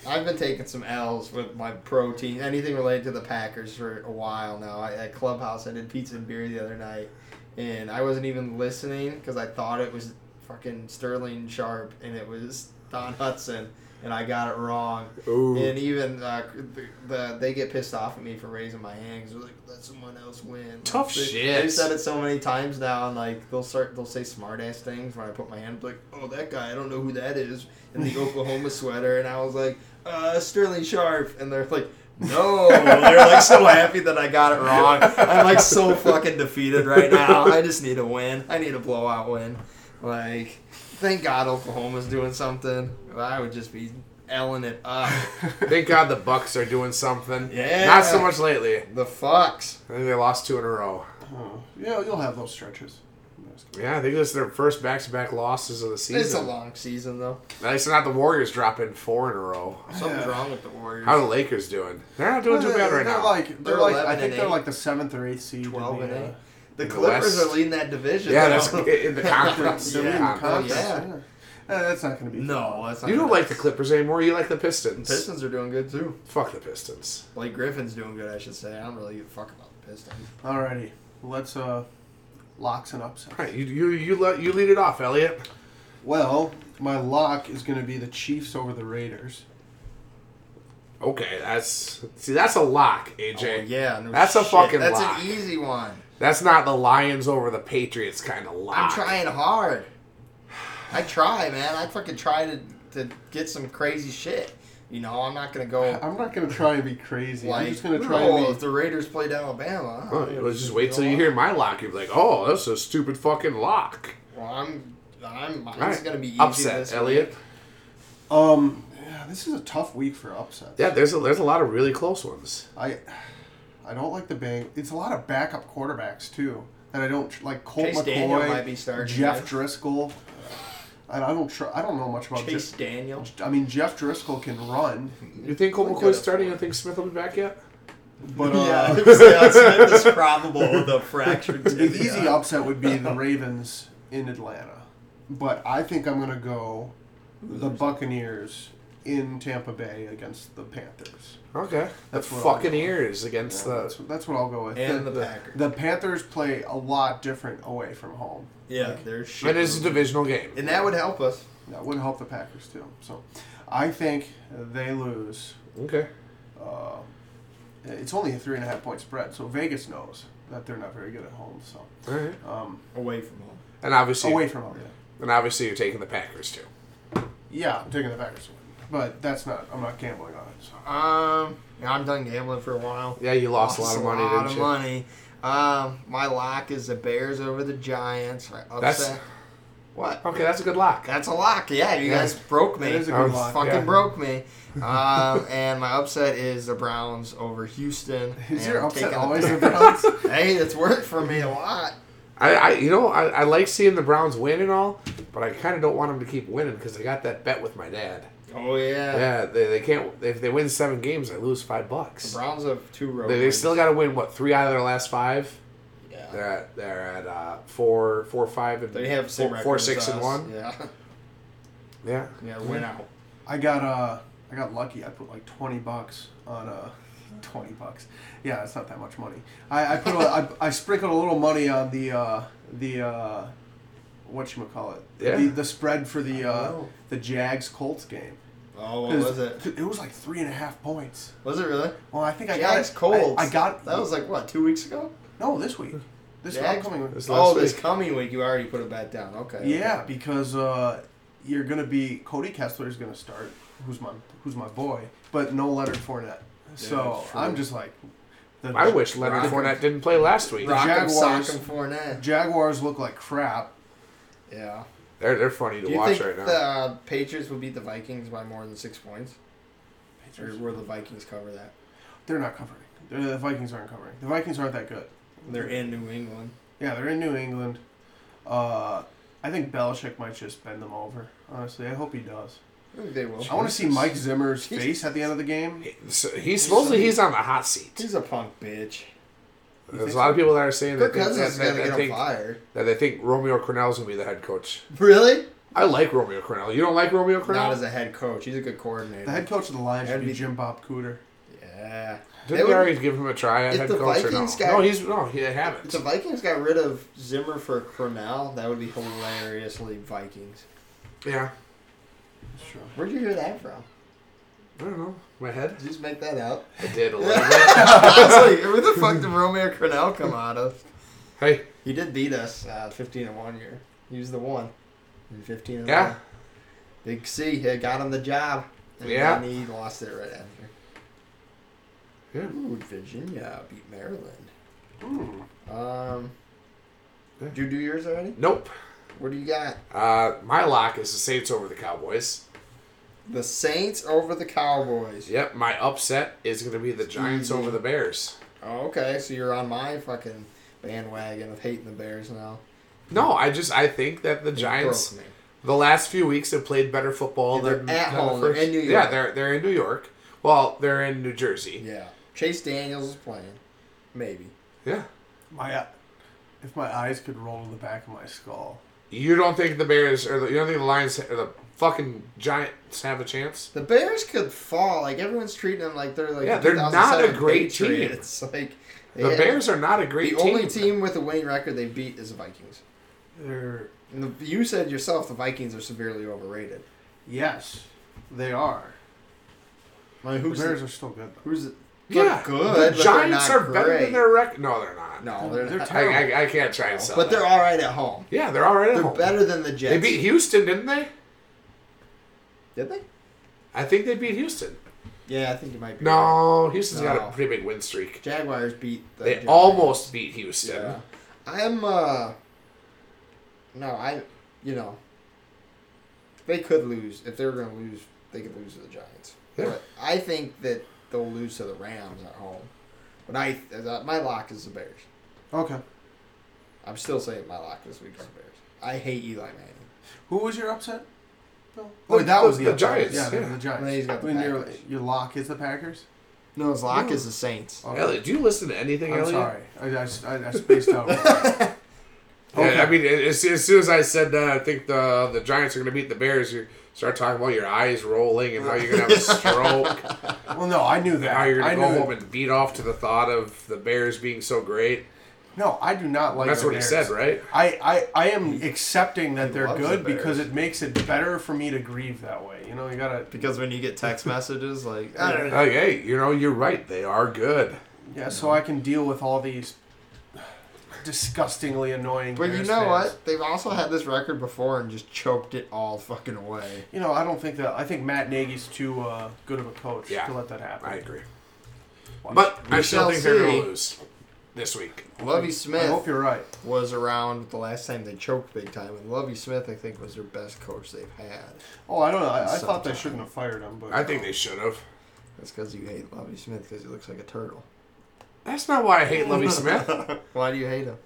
Speaker 1: I've been taking some L's with my pro team, anything related to the Packers for a while now. I, at Clubhouse, I did pizza and beer the other night, and I wasn't even listening because I thought it was fucking Sterling Sharp, and it was Don Hudson, and I got it wrong.
Speaker 3: Ooh.
Speaker 1: And even uh, the, the they get pissed off at me for raising my hand 'cause they're like, let someone else win.
Speaker 3: Tough
Speaker 1: Like, they,
Speaker 3: shit.
Speaker 1: They've said it so many times now, and like they'll start they'll say smart ass things when I put my hand up, like, oh that guy, I don't know who that is, in the Oklahoma sweater, and I was like, uh, Sterling Sharp, and they're like. No, they're like so happy that I got it wrong. I'm like so fucking defeated right now. I just need a win. I need a blowout win. Like, thank God Oklahoma's doing something. I would just be L'ing it up.
Speaker 3: Thank God the Bucks are doing something.
Speaker 1: Yeah.
Speaker 3: Not so much lately. I
Speaker 1: The Fox.
Speaker 3: think they lost two in a row.
Speaker 2: Oh, yeah, you'll have those stretches.
Speaker 3: Yeah, I think this is their first back-to-back losses of the season.
Speaker 1: It's a long season though.
Speaker 3: At least not the Warriors dropping four in a row.
Speaker 1: Something's
Speaker 2: Yeah.
Speaker 1: wrong with the Warriors.
Speaker 3: How are the Lakers doing? They're not doing too bad
Speaker 2: they're
Speaker 3: right now.
Speaker 2: Like, they're,
Speaker 1: They're
Speaker 2: like
Speaker 1: 11
Speaker 2: I
Speaker 1: and
Speaker 2: think
Speaker 1: eight.
Speaker 2: they're like the seventh or eighth seed. in
Speaker 1: Twelve and
Speaker 2: the, uh,
Speaker 1: eight. The
Speaker 3: in the
Speaker 1: Clippers
Speaker 3: West.
Speaker 1: are leading that division.
Speaker 3: yeah,
Speaker 1: now.
Speaker 3: that's in the conference.
Speaker 2: So we're in
Speaker 1: Yeah.
Speaker 2: the conference,
Speaker 1: Yeah.
Speaker 2: Oh, yeah. Eh, that's not going to be.
Speaker 1: no, that's not
Speaker 3: You don't
Speaker 1: gonna-
Speaker 3: like the Clippers anymore. You like the Pistons.
Speaker 1: Pistons are doing good too.
Speaker 3: Fuck the Pistons.
Speaker 1: Blake Griffin's doing good, I should say. I don't really give a fuck about the Pistons.
Speaker 2: Alrighty, let's uh, locks and upsets.
Speaker 3: All right, you you you, le- you lead it off, Elliot.
Speaker 2: Well, my lock is going to be the Chiefs over the Raiders.
Speaker 3: Okay, that's see that's a lock, AJ.
Speaker 1: Oh, yeah, no
Speaker 3: That's a
Speaker 1: shit.
Speaker 3: fucking
Speaker 1: That's
Speaker 3: lock.
Speaker 1: an easy one.
Speaker 3: That's not the Lions over the Patriots kind of lock.
Speaker 1: I'm trying hard. I try, man. I fucking try to to get some crazy shit. You know, I'm not gonna go.
Speaker 2: I'm not going to try and be crazy.
Speaker 1: like,
Speaker 2: I'm just going to try
Speaker 1: oh,
Speaker 2: and
Speaker 1: if
Speaker 2: be.
Speaker 1: the Raiders played Alabama.
Speaker 3: Oh, yeah, let's just wait till you hear my lock. You're like, oh, that's a stupid fucking lock.
Speaker 1: Well, I'm, I'm. Mine's
Speaker 3: All right.
Speaker 1: gonna be easy
Speaker 3: upset,
Speaker 1: this
Speaker 3: Elliot.
Speaker 1: week.
Speaker 2: Um, yeah, this is a tough week for upsets.
Speaker 3: Yeah, there's a, there's a lot of really close ones.
Speaker 2: I, I don't like the bang. It's a lot of backup quarterbacks too that I don't tr- like. Colt
Speaker 1: Chase Daniel
Speaker 2: McCoy,
Speaker 1: might be starting,
Speaker 2: Jeff
Speaker 1: yeah.
Speaker 2: Driscoll. And I don't. Tr- I don't know much about
Speaker 1: Chase
Speaker 2: Jeff.
Speaker 1: Daniel.
Speaker 2: I mean, Jeff Driscoll can run,
Speaker 3: You think Cole
Speaker 1: Look
Speaker 3: McCoy's
Speaker 1: at it.
Speaker 3: starting? You think Smith will be back yet?
Speaker 2: but uh,
Speaker 1: Smith is probable with a fractured
Speaker 2: the easy upset would be the Ravens in Atlanta. But I think I'm gonna go the Buccaneers in Tampa Bay against the Panthers.
Speaker 3: Okay.
Speaker 2: That's
Speaker 3: the
Speaker 2: what I'll
Speaker 3: fucking
Speaker 2: do.
Speaker 3: ears against
Speaker 2: That's,
Speaker 3: the.
Speaker 2: that's what I'll go with.
Speaker 1: And the Packers.
Speaker 2: The Panthers play a lot different away from home.
Speaker 1: Yeah, there's shit.
Speaker 3: It is a divisional game.
Speaker 1: and that would help us.
Speaker 2: That would help the Packers too. So, I think they lose.
Speaker 3: Okay.
Speaker 2: Uh, it's only a three and a half point spread, so Vegas knows that they're not very good at home. So,
Speaker 3: All right.
Speaker 2: um,
Speaker 1: Away from home.
Speaker 3: And obviously,
Speaker 2: away from home, yeah.
Speaker 3: and obviously, you're taking the Packers too.
Speaker 2: Yeah, I'm taking the Packers, but that's not. I'm not gambling on it. So.
Speaker 1: Um, yeah, I'm done gambling for a while.
Speaker 3: Yeah, you lost, a lot of money,
Speaker 1: A lot
Speaker 3: didn't
Speaker 1: of
Speaker 3: you?
Speaker 1: money. Um, my lock is the Bears over the Giants. Right, upset.
Speaker 3: That's
Speaker 1: What?
Speaker 3: Okay, that's a good lock.
Speaker 1: That's a lock. Yeah, you
Speaker 3: Yeah.
Speaker 1: guys broke me.
Speaker 2: That is a
Speaker 1: You
Speaker 2: good lock,
Speaker 1: Fucking
Speaker 3: yeah.
Speaker 1: broke me. Um, and my upset is the Browns over Houston.
Speaker 2: Is
Speaker 1: and
Speaker 2: your
Speaker 1: I'm
Speaker 2: upset
Speaker 1: taking
Speaker 2: always the Browns?
Speaker 1: hey, that's worked for me a lot.
Speaker 3: I, I you know, I, I like seeing the Browns win and all, but I kind of don't want them to keep winning because I got that bet with my dad.
Speaker 1: Oh yeah.
Speaker 3: Yeah, they, they can't. If they win seven games, I lose five
Speaker 1: The
Speaker 3: bucks.
Speaker 1: Browns have two road.
Speaker 3: They, they
Speaker 1: wins.
Speaker 3: still got to win what three out of their last five.
Speaker 1: Yeah.
Speaker 3: They're at they're at uh, four four five and
Speaker 1: They have the same
Speaker 3: four,
Speaker 1: record
Speaker 3: four
Speaker 1: as
Speaker 3: six and
Speaker 1: us.
Speaker 3: one.
Speaker 1: Yeah.
Speaker 3: Yeah,
Speaker 1: Yeah. Win out.
Speaker 2: I got uh, I got lucky. I put like twenty bucks on uh, twenty bucks. Yeah, it's not that much money. I, I put a, I, I sprinkled a little money on the uh, the uh, what you call it?
Speaker 3: Yeah.
Speaker 2: The, the spread for the
Speaker 1: I
Speaker 2: uh,
Speaker 1: know.
Speaker 2: the Jags Colts game.
Speaker 1: Oh, what was it?
Speaker 2: It was like three and a half points.
Speaker 1: Was it really?
Speaker 2: Well, I think I got
Speaker 1: Jags Colts.
Speaker 2: I, I got
Speaker 1: that was like what two weeks ago.
Speaker 2: no this week. This
Speaker 1: Jags-
Speaker 2: upcoming week.
Speaker 3: This
Speaker 1: Oh,
Speaker 3: last
Speaker 1: this
Speaker 3: week.
Speaker 1: coming week you already put a bet down. Okay.
Speaker 2: Yeah, because uh, you're gonna be Cody Kessler is gonna start. Who's my who's my boy? But no Leonard Fournette. so
Speaker 1: true.
Speaker 2: I'm just like, the
Speaker 3: I wish Leonard
Speaker 2: Rock-
Speaker 3: Fournette didn't play last week.
Speaker 1: Rock 'em, sock
Speaker 2: Jaguars.
Speaker 1: 'em, Fournette.
Speaker 2: Jaguars look like crap.
Speaker 1: Yeah.
Speaker 3: They're they're funny to
Speaker 1: Do you
Speaker 3: watch
Speaker 1: think
Speaker 3: right now.
Speaker 1: the uh, Patriots will beat the Vikings by more than six points? Or will the Vikings cover that?
Speaker 2: They're not covering. They're, the Vikings aren't covering. The Vikings aren't that good.
Speaker 1: They're in New England.
Speaker 2: Yeah, they're in New England. Uh, I think Belichick might just bend them over. Honestly, I hope he does.
Speaker 1: I think they will.
Speaker 2: I want to see Mike Zimmer's face at the end of the game.
Speaker 3: He- so he's supposedly he's on the hot seat.
Speaker 1: He's a punk bitch.
Speaker 3: There's a lot of people that are saying
Speaker 1: Kirk
Speaker 3: that they, that,
Speaker 1: Cousins is
Speaker 3: that-
Speaker 1: gonna
Speaker 3: that
Speaker 1: get him
Speaker 3: think,
Speaker 1: fired.
Speaker 3: that they think Romeo Cornell's gonna be the head coach.
Speaker 1: Really?
Speaker 3: I like Romeo Cornell. You don't like Romeo Cornell?
Speaker 1: Not as a head coach. He's a good coordinator.
Speaker 2: The head coach of the Lions should
Speaker 1: That'd
Speaker 2: be
Speaker 1: be-
Speaker 2: Jim Bob Cooter.
Speaker 1: yeah. They
Speaker 3: Didn't they
Speaker 1: would-
Speaker 3: already give him a try at
Speaker 1: If
Speaker 3: head
Speaker 1: the
Speaker 3: coach
Speaker 1: Vikings
Speaker 3: or no?
Speaker 1: got-
Speaker 3: no, he's no, he they haven't.
Speaker 1: If the Vikings got rid of Zimmer for Cornell, that would be hilariously Vikings.
Speaker 3: yeah,
Speaker 2: Sure.
Speaker 1: Where'd you hear that from?
Speaker 3: I don't know. My head.
Speaker 1: Did you just make that up?
Speaker 3: I did a little bit.
Speaker 1: I was like, where the fuck did Romeo Cornell come out of?
Speaker 3: Hey,
Speaker 1: He did beat us uh, 15 and 1 year. He was the one. In 15 and
Speaker 3: Yeah.
Speaker 1: 1. Big C he got him the job. And
Speaker 3: Yeah.
Speaker 1: then he lost it right after.
Speaker 3: yeah,
Speaker 1: Ooh, Virginia beat Maryland.
Speaker 2: Ooh.
Speaker 1: Um,
Speaker 3: Yeah.
Speaker 1: Did you do yours already?
Speaker 3: nope.
Speaker 1: What do you got?
Speaker 3: Uh, my lock is the Saints over the Cowboys.
Speaker 1: The Saints over the Cowboys.
Speaker 3: Yep, my upset is going to be the Giants
Speaker 1: Easy.
Speaker 3: over the Bears.
Speaker 1: Oh, okay, so you're on my fucking bandwagon of hating the Bears now.
Speaker 3: No, I just I think that the Giants
Speaker 1: Broke me.
Speaker 3: the last few weeks have played better football
Speaker 1: Yeah, they're
Speaker 3: than
Speaker 1: at
Speaker 3: than the
Speaker 1: home, they're
Speaker 3: first-
Speaker 1: in New
Speaker 3: Yeah,
Speaker 1: York.
Speaker 3: they're they're in New York. Well, they're in New Jersey.
Speaker 1: Yeah. Chase Daniels is playing. Maybe.
Speaker 3: Yeah.
Speaker 2: My, if my eyes could roll to the back of my skull.
Speaker 3: You don't think the Bears or the, you don't think the Lions or the fucking Giants have a chance?
Speaker 1: The Bears could fall. Like everyone's treating them like they're like
Speaker 3: Yeah, they're not a
Speaker 1: 2007
Speaker 3: great
Speaker 1: Patriots. Like
Speaker 3: The Bears are not a
Speaker 1: The
Speaker 3: great team.
Speaker 1: only team with a winning record they beat is the Vikings.
Speaker 2: They're
Speaker 1: And the, you said yourself the Vikings are severely overrated.
Speaker 2: yes, they are.
Speaker 1: I mean,
Speaker 2: The
Speaker 1: who's the-
Speaker 2: Bears are still good. Though.
Speaker 1: who's the, they're
Speaker 3: Yeah,
Speaker 1: good?
Speaker 3: The
Speaker 1: but
Speaker 3: Giants
Speaker 1: they're
Speaker 3: are
Speaker 1: not
Speaker 3: better
Speaker 1: great.
Speaker 3: than their record. No, they're not.
Speaker 1: No, they're,
Speaker 2: They're
Speaker 1: not.
Speaker 2: terrible.
Speaker 3: I, I, I can't try and sell.
Speaker 1: but
Speaker 3: that.
Speaker 1: they're all right at home.
Speaker 3: yeah, they're all right at
Speaker 1: They're
Speaker 3: home.
Speaker 1: better than the
Speaker 3: They
Speaker 1: Jets.
Speaker 3: beat Houston, didn't they?
Speaker 1: Did they?
Speaker 3: I think they beat Houston.
Speaker 1: Yeah, I think you might. Be right.
Speaker 3: No, Houston's
Speaker 1: No.
Speaker 3: got a pretty big win streak.
Speaker 1: Jaguars beat. The
Speaker 3: They
Speaker 1: Giants.
Speaker 3: almost beat Houston.
Speaker 1: Yeah. I'm. uh No, I. You know. They could lose if they were going to lose. They could lose to the Giants.
Speaker 3: Yeah.
Speaker 1: But I think that they'll lose to the Rams at home. But I, uh, my lock is the Bears.
Speaker 2: Okay.
Speaker 1: I'm still saying my lock this week is the Bears. I hate Eli Manning.
Speaker 2: Who was your upset? No.
Speaker 3: The-
Speaker 2: Oh, wait, that
Speaker 3: the-
Speaker 2: was the,
Speaker 3: the
Speaker 2: upset.
Speaker 3: Giants,
Speaker 2: Yeah, they
Speaker 3: yeah.
Speaker 2: were the Giants.
Speaker 1: And then he's got the
Speaker 2: When your
Speaker 1: Packers.
Speaker 2: your lock is the Packers.
Speaker 1: No, his lock is the Saints.
Speaker 2: Okay.
Speaker 3: Elliot, do you listen to anything?
Speaker 2: I'm
Speaker 3: Elliot?
Speaker 2: sorry. I, I, I, I spaced out.
Speaker 3: Yeah,
Speaker 2: Okay.
Speaker 3: I mean, as, as soon as I said that, I think the the Giants are going to beat the Bears. You start talking about your eyes rolling and how you're going to have a stroke,
Speaker 2: well, no, I knew
Speaker 3: and
Speaker 2: that.
Speaker 3: how you're
Speaker 2: I
Speaker 3: going to
Speaker 2: knew.
Speaker 3: go home
Speaker 2: that-
Speaker 3: and beat off to the thought of the Bears being so great.
Speaker 2: No, I do not like.
Speaker 3: That's
Speaker 2: the
Speaker 3: what he
Speaker 2: Bears.
Speaker 3: said, right?
Speaker 2: I, I, I am accepting that
Speaker 1: He
Speaker 2: they're
Speaker 1: loves
Speaker 2: good
Speaker 1: the Bears.
Speaker 2: because it makes it better for me to grieve that way. You know, you gotta.
Speaker 1: Because when you get text messages, like,
Speaker 2: I don't
Speaker 3: Like, hey, you know, you're right. They are good.
Speaker 2: Yeah, so I can deal with all these disgustingly annoying.
Speaker 1: But you
Speaker 2: Bears
Speaker 1: know
Speaker 2: fans.
Speaker 1: what? They've also had this record before and just choked it all fucking away.
Speaker 2: You know, I don't think that. I think Matt Nagy's too uh, good of a coach
Speaker 3: Yeah.
Speaker 2: to let that happen.
Speaker 3: I agree.
Speaker 2: Watch.
Speaker 3: But I
Speaker 1: We
Speaker 3: still
Speaker 1: shall
Speaker 3: think they're going
Speaker 1: see.
Speaker 3: to lose. this week.
Speaker 1: Lovey
Speaker 2: I hope
Speaker 1: Smith
Speaker 2: you're right.
Speaker 1: was around the last time they choked big time, and Lovey Smith, I think, was their best coach they've had.
Speaker 2: Oh, I don't know. I, I thought they
Speaker 1: Sometime.
Speaker 2: shouldn't have fired him, but
Speaker 3: I think they should have.
Speaker 1: That's because you hate Lovey Smith because he looks like a turtle.
Speaker 3: That's not why I hate Lovey Smith.
Speaker 1: Why do you hate him?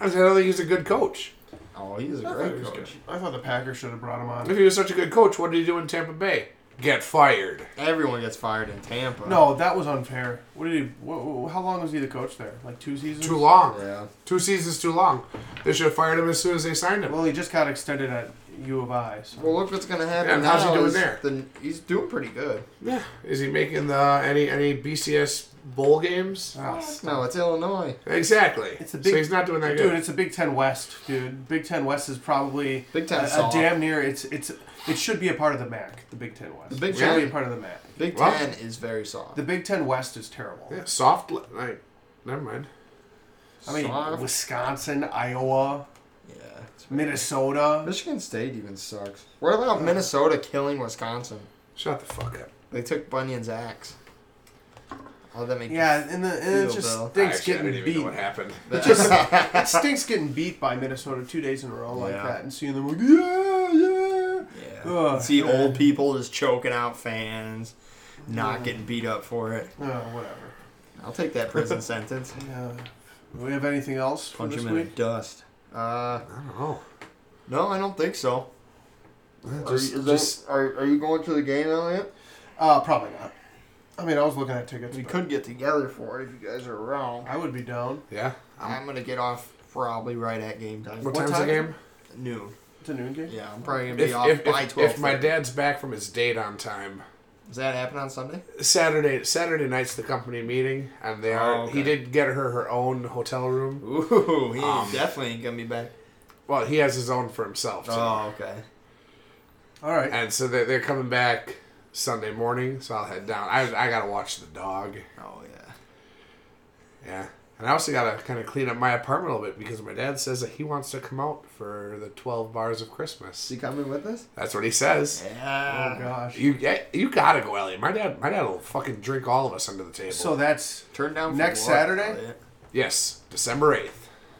Speaker 3: I just don't think he's a good coach.
Speaker 1: Oh, he's a
Speaker 3: thought
Speaker 1: great
Speaker 3: he was
Speaker 1: coach.
Speaker 3: good.
Speaker 2: I thought the Packers should have brought him on.
Speaker 3: If he was such a good coach, what did he do in Tampa Bay? Get fired.
Speaker 1: Everyone gets fired in Tampa.
Speaker 2: No, that was unfair. What did he? wh- wh- how long was he the coach there? Like two seasons.
Speaker 3: Too long.
Speaker 1: Yeah.
Speaker 3: Two seasons too long. They should have fired him as soon as they signed him.
Speaker 2: Well, he just got extended at U of I. So.
Speaker 1: Well, look what's gonna happen.
Speaker 3: Yeah, how's he
Speaker 1: now
Speaker 3: doing
Speaker 1: is
Speaker 3: there?
Speaker 1: The, he's doing pretty good.
Speaker 3: Yeah. Is he making the uh, any any BCS bowl games?
Speaker 2: Ah,
Speaker 1: No, it's Illinois.
Speaker 3: Exactly.
Speaker 2: It's a big-
Speaker 3: so he's not doing that
Speaker 2: Dude,
Speaker 3: good.
Speaker 2: it's a Big Ten West, dude. Big Ten West is probably
Speaker 1: Big Ten
Speaker 2: a- a,
Speaker 1: soft.
Speaker 2: damn near. It's it's it should be a part of the MAC. The Big Ten West.
Speaker 1: The Big
Speaker 2: It should be
Speaker 1: Ten-
Speaker 2: a part of the MAC.
Speaker 1: Big
Speaker 3: Well-
Speaker 1: Ten is very soft.
Speaker 2: The Big Ten West is terrible.
Speaker 3: Yeah, soft. li- Like, never mind.
Speaker 2: I mean,
Speaker 1: Soft.
Speaker 2: Wisconsin, Iowa,
Speaker 1: yeah. it's-
Speaker 2: Minnesota.
Speaker 1: Michigan State even sucks. What about Minnesota killing Wisconsin?
Speaker 3: Shut the fuck up.
Speaker 1: They took Bunyan's axe. How that make
Speaker 2: Yeah, and, the, and it
Speaker 1: Field
Speaker 2: just
Speaker 1: Bell.
Speaker 2: stinks
Speaker 3: Actually, I
Speaker 2: getting
Speaker 3: didn't even know
Speaker 2: beat.
Speaker 3: what happened.
Speaker 1: you-
Speaker 2: It stinks getting beat by Minnesota two days in a row like
Speaker 1: Yeah.
Speaker 2: that, and seeing them like yeah, yeah.
Speaker 1: Yeah.
Speaker 2: Ugh,
Speaker 1: See
Speaker 2: man.
Speaker 1: old people just choking out fans, not getting beat up for it.
Speaker 2: Oh, whatever.
Speaker 1: I'll take that prison sentence.
Speaker 2: Yeah. Do we have anything else for
Speaker 1: Punch
Speaker 2: this
Speaker 1: him in the
Speaker 2: week?
Speaker 1: dust. Uh,
Speaker 3: I don't know.
Speaker 1: no, I don't think so. Are,
Speaker 3: Just-
Speaker 1: you,
Speaker 3: just-
Speaker 1: are, are you going to the game, Elliot?
Speaker 2: Uh, probably not. I mean, I was looking at tickets.
Speaker 1: We
Speaker 2: but
Speaker 1: could get together for it if you guys are around.
Speaker 2: I would be down.
Speaker 3: Yeah. I'm,
Speaker 1: I'm gonna get off probably right at game time.
Speaker 3: what,
Speaker 2: What
Speaker 3: time's
Speaker 2: time?
Speaker 3: the game?
Speaker 1: Noon.
Speaker 2: It's a noon game.
Speaker 1: Yeah, I'm probably gonna be
Speaker 3: If,
Speaker 1: off
Speaker 3: if,
Speaker 1: by
Speaker 3: if,
Speaker 1: twelve.
Speaker 3: if my dad's back from his date on time,
Speaker 1: Does that happen on Sunday?
Speaker 3: Saturday Saturday night's the company meeting, and they are.
Speaker 1: Oh, okay.
Speaker 3: He did get her her own hotel room.
Speaker 1: Ooh, he
Speaker 3: Um,
Speaker 1: definitely ain't gonna be back.
Speaker 3: Well, he has his own for himself. So.
Speaker 1: Oh, okay.
Speaker 2: All right.
Speaker 3: And so they're, they're coming back Sunday morning, so I'll head down. I, I gotta watch the dog.
Speaker 1: Oh yeah.
Speaker 3: Yeah. And I also gotta kind of clean up my apartment a little bit because my dad says that he wants to come out for the 12 bars of
Speaker 1: Is
Speaker 3: Christmas.
Speaker 1: he coming with us?
Speaker 3: That's what he says.
Speaker 1: Yeah.
Speaker 2: oh gosh.
Speaker 3: You yeah, you gotta go, Elliot. My dad my dad will fucking drink all of us under the table.
Speaker 2: So that's
Speaker 1: Turn down for
Speaker 2: Next
Speaker 1: what,
Speaker 2: Saturday?
Speaker 1: Elliot?
Speaker 3: yes, December 8th.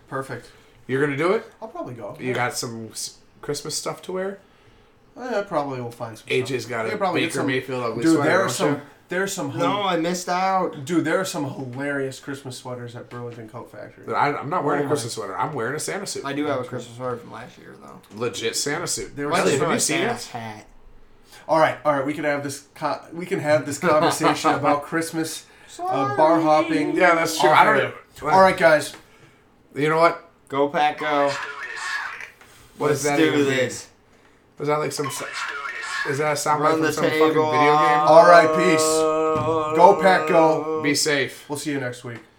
Speaker 2: perfect.
Speaker 3: You're gonna do it?
Speaker 2: I'll probably go.
Speaker 3: You got some s- Christmas stuff to wear?
Speaker 2: Yeah, I probably will find some.
Speaker 3: AJ's
Speaker 2: stuff.
Speaker 3: got
Speaker 2: Yeah,
Speaker 3: a
Speaker 2: probably get
Speaker 3: Baker
Speaker 2: some-
Speaker 3: Mayfield ugly
Speaker 2: Dude,
Speaker 3: sweater,
Speaker 2: there are
Speaker 3: don't
Speaker 2: some.
Speaker 3: you?
Speaker 2: There are some.
Speaker 1: No, I missed out.
Speaker 2: Dude, there are some hilarious Christmas sweaters at Burlington Coat Factory.
Speaker 3: But I, I'm not wearing
Speaker 2: Oh
Speaker 3: a
Speaker 2: my.
Speaker 3: Christmas sweater. I'm wearing a Santa suit.
Speaker 1: I do have a Christmas sweater from last year though.
Speaker 3: Legit Santa suit.
Speaker 2: There was
Speaker 3: Elliot,
Speaker 2: some
Speaker 3: have you
Speaker 1: Like
Speaker 3: seen
Speaker 1: Santa's
Speaker 3: it?
Speaker 1: hat.
Speaker 2: All right, all right. We can have this. Co- we can have this conversation about Christmas uh, bar hopping.
Speaker 3: Yeah, that's true. I don't know.
Speaker 2: All right, guys.
Speaker 3: You know what?
Speaker 1: Go pack go.
Speaker 3: What
Speaker 1: Let's
Speaker 3: does that
Speaker 1: do
Speaker 3: even mean?
Speaker 1: this.
Speaker 3: Was that like some? Is that a soundbite
Speaker 1: Run
Speaker 3: from
Speaker 1: the
Speaker 3: some fucking
Speaker 1: table.
Speaker 3: video game?
Speaker 2: All right, peace. Go pack, go.
Speaker 3: Be safe.
Speaker 2: We'll see you next week.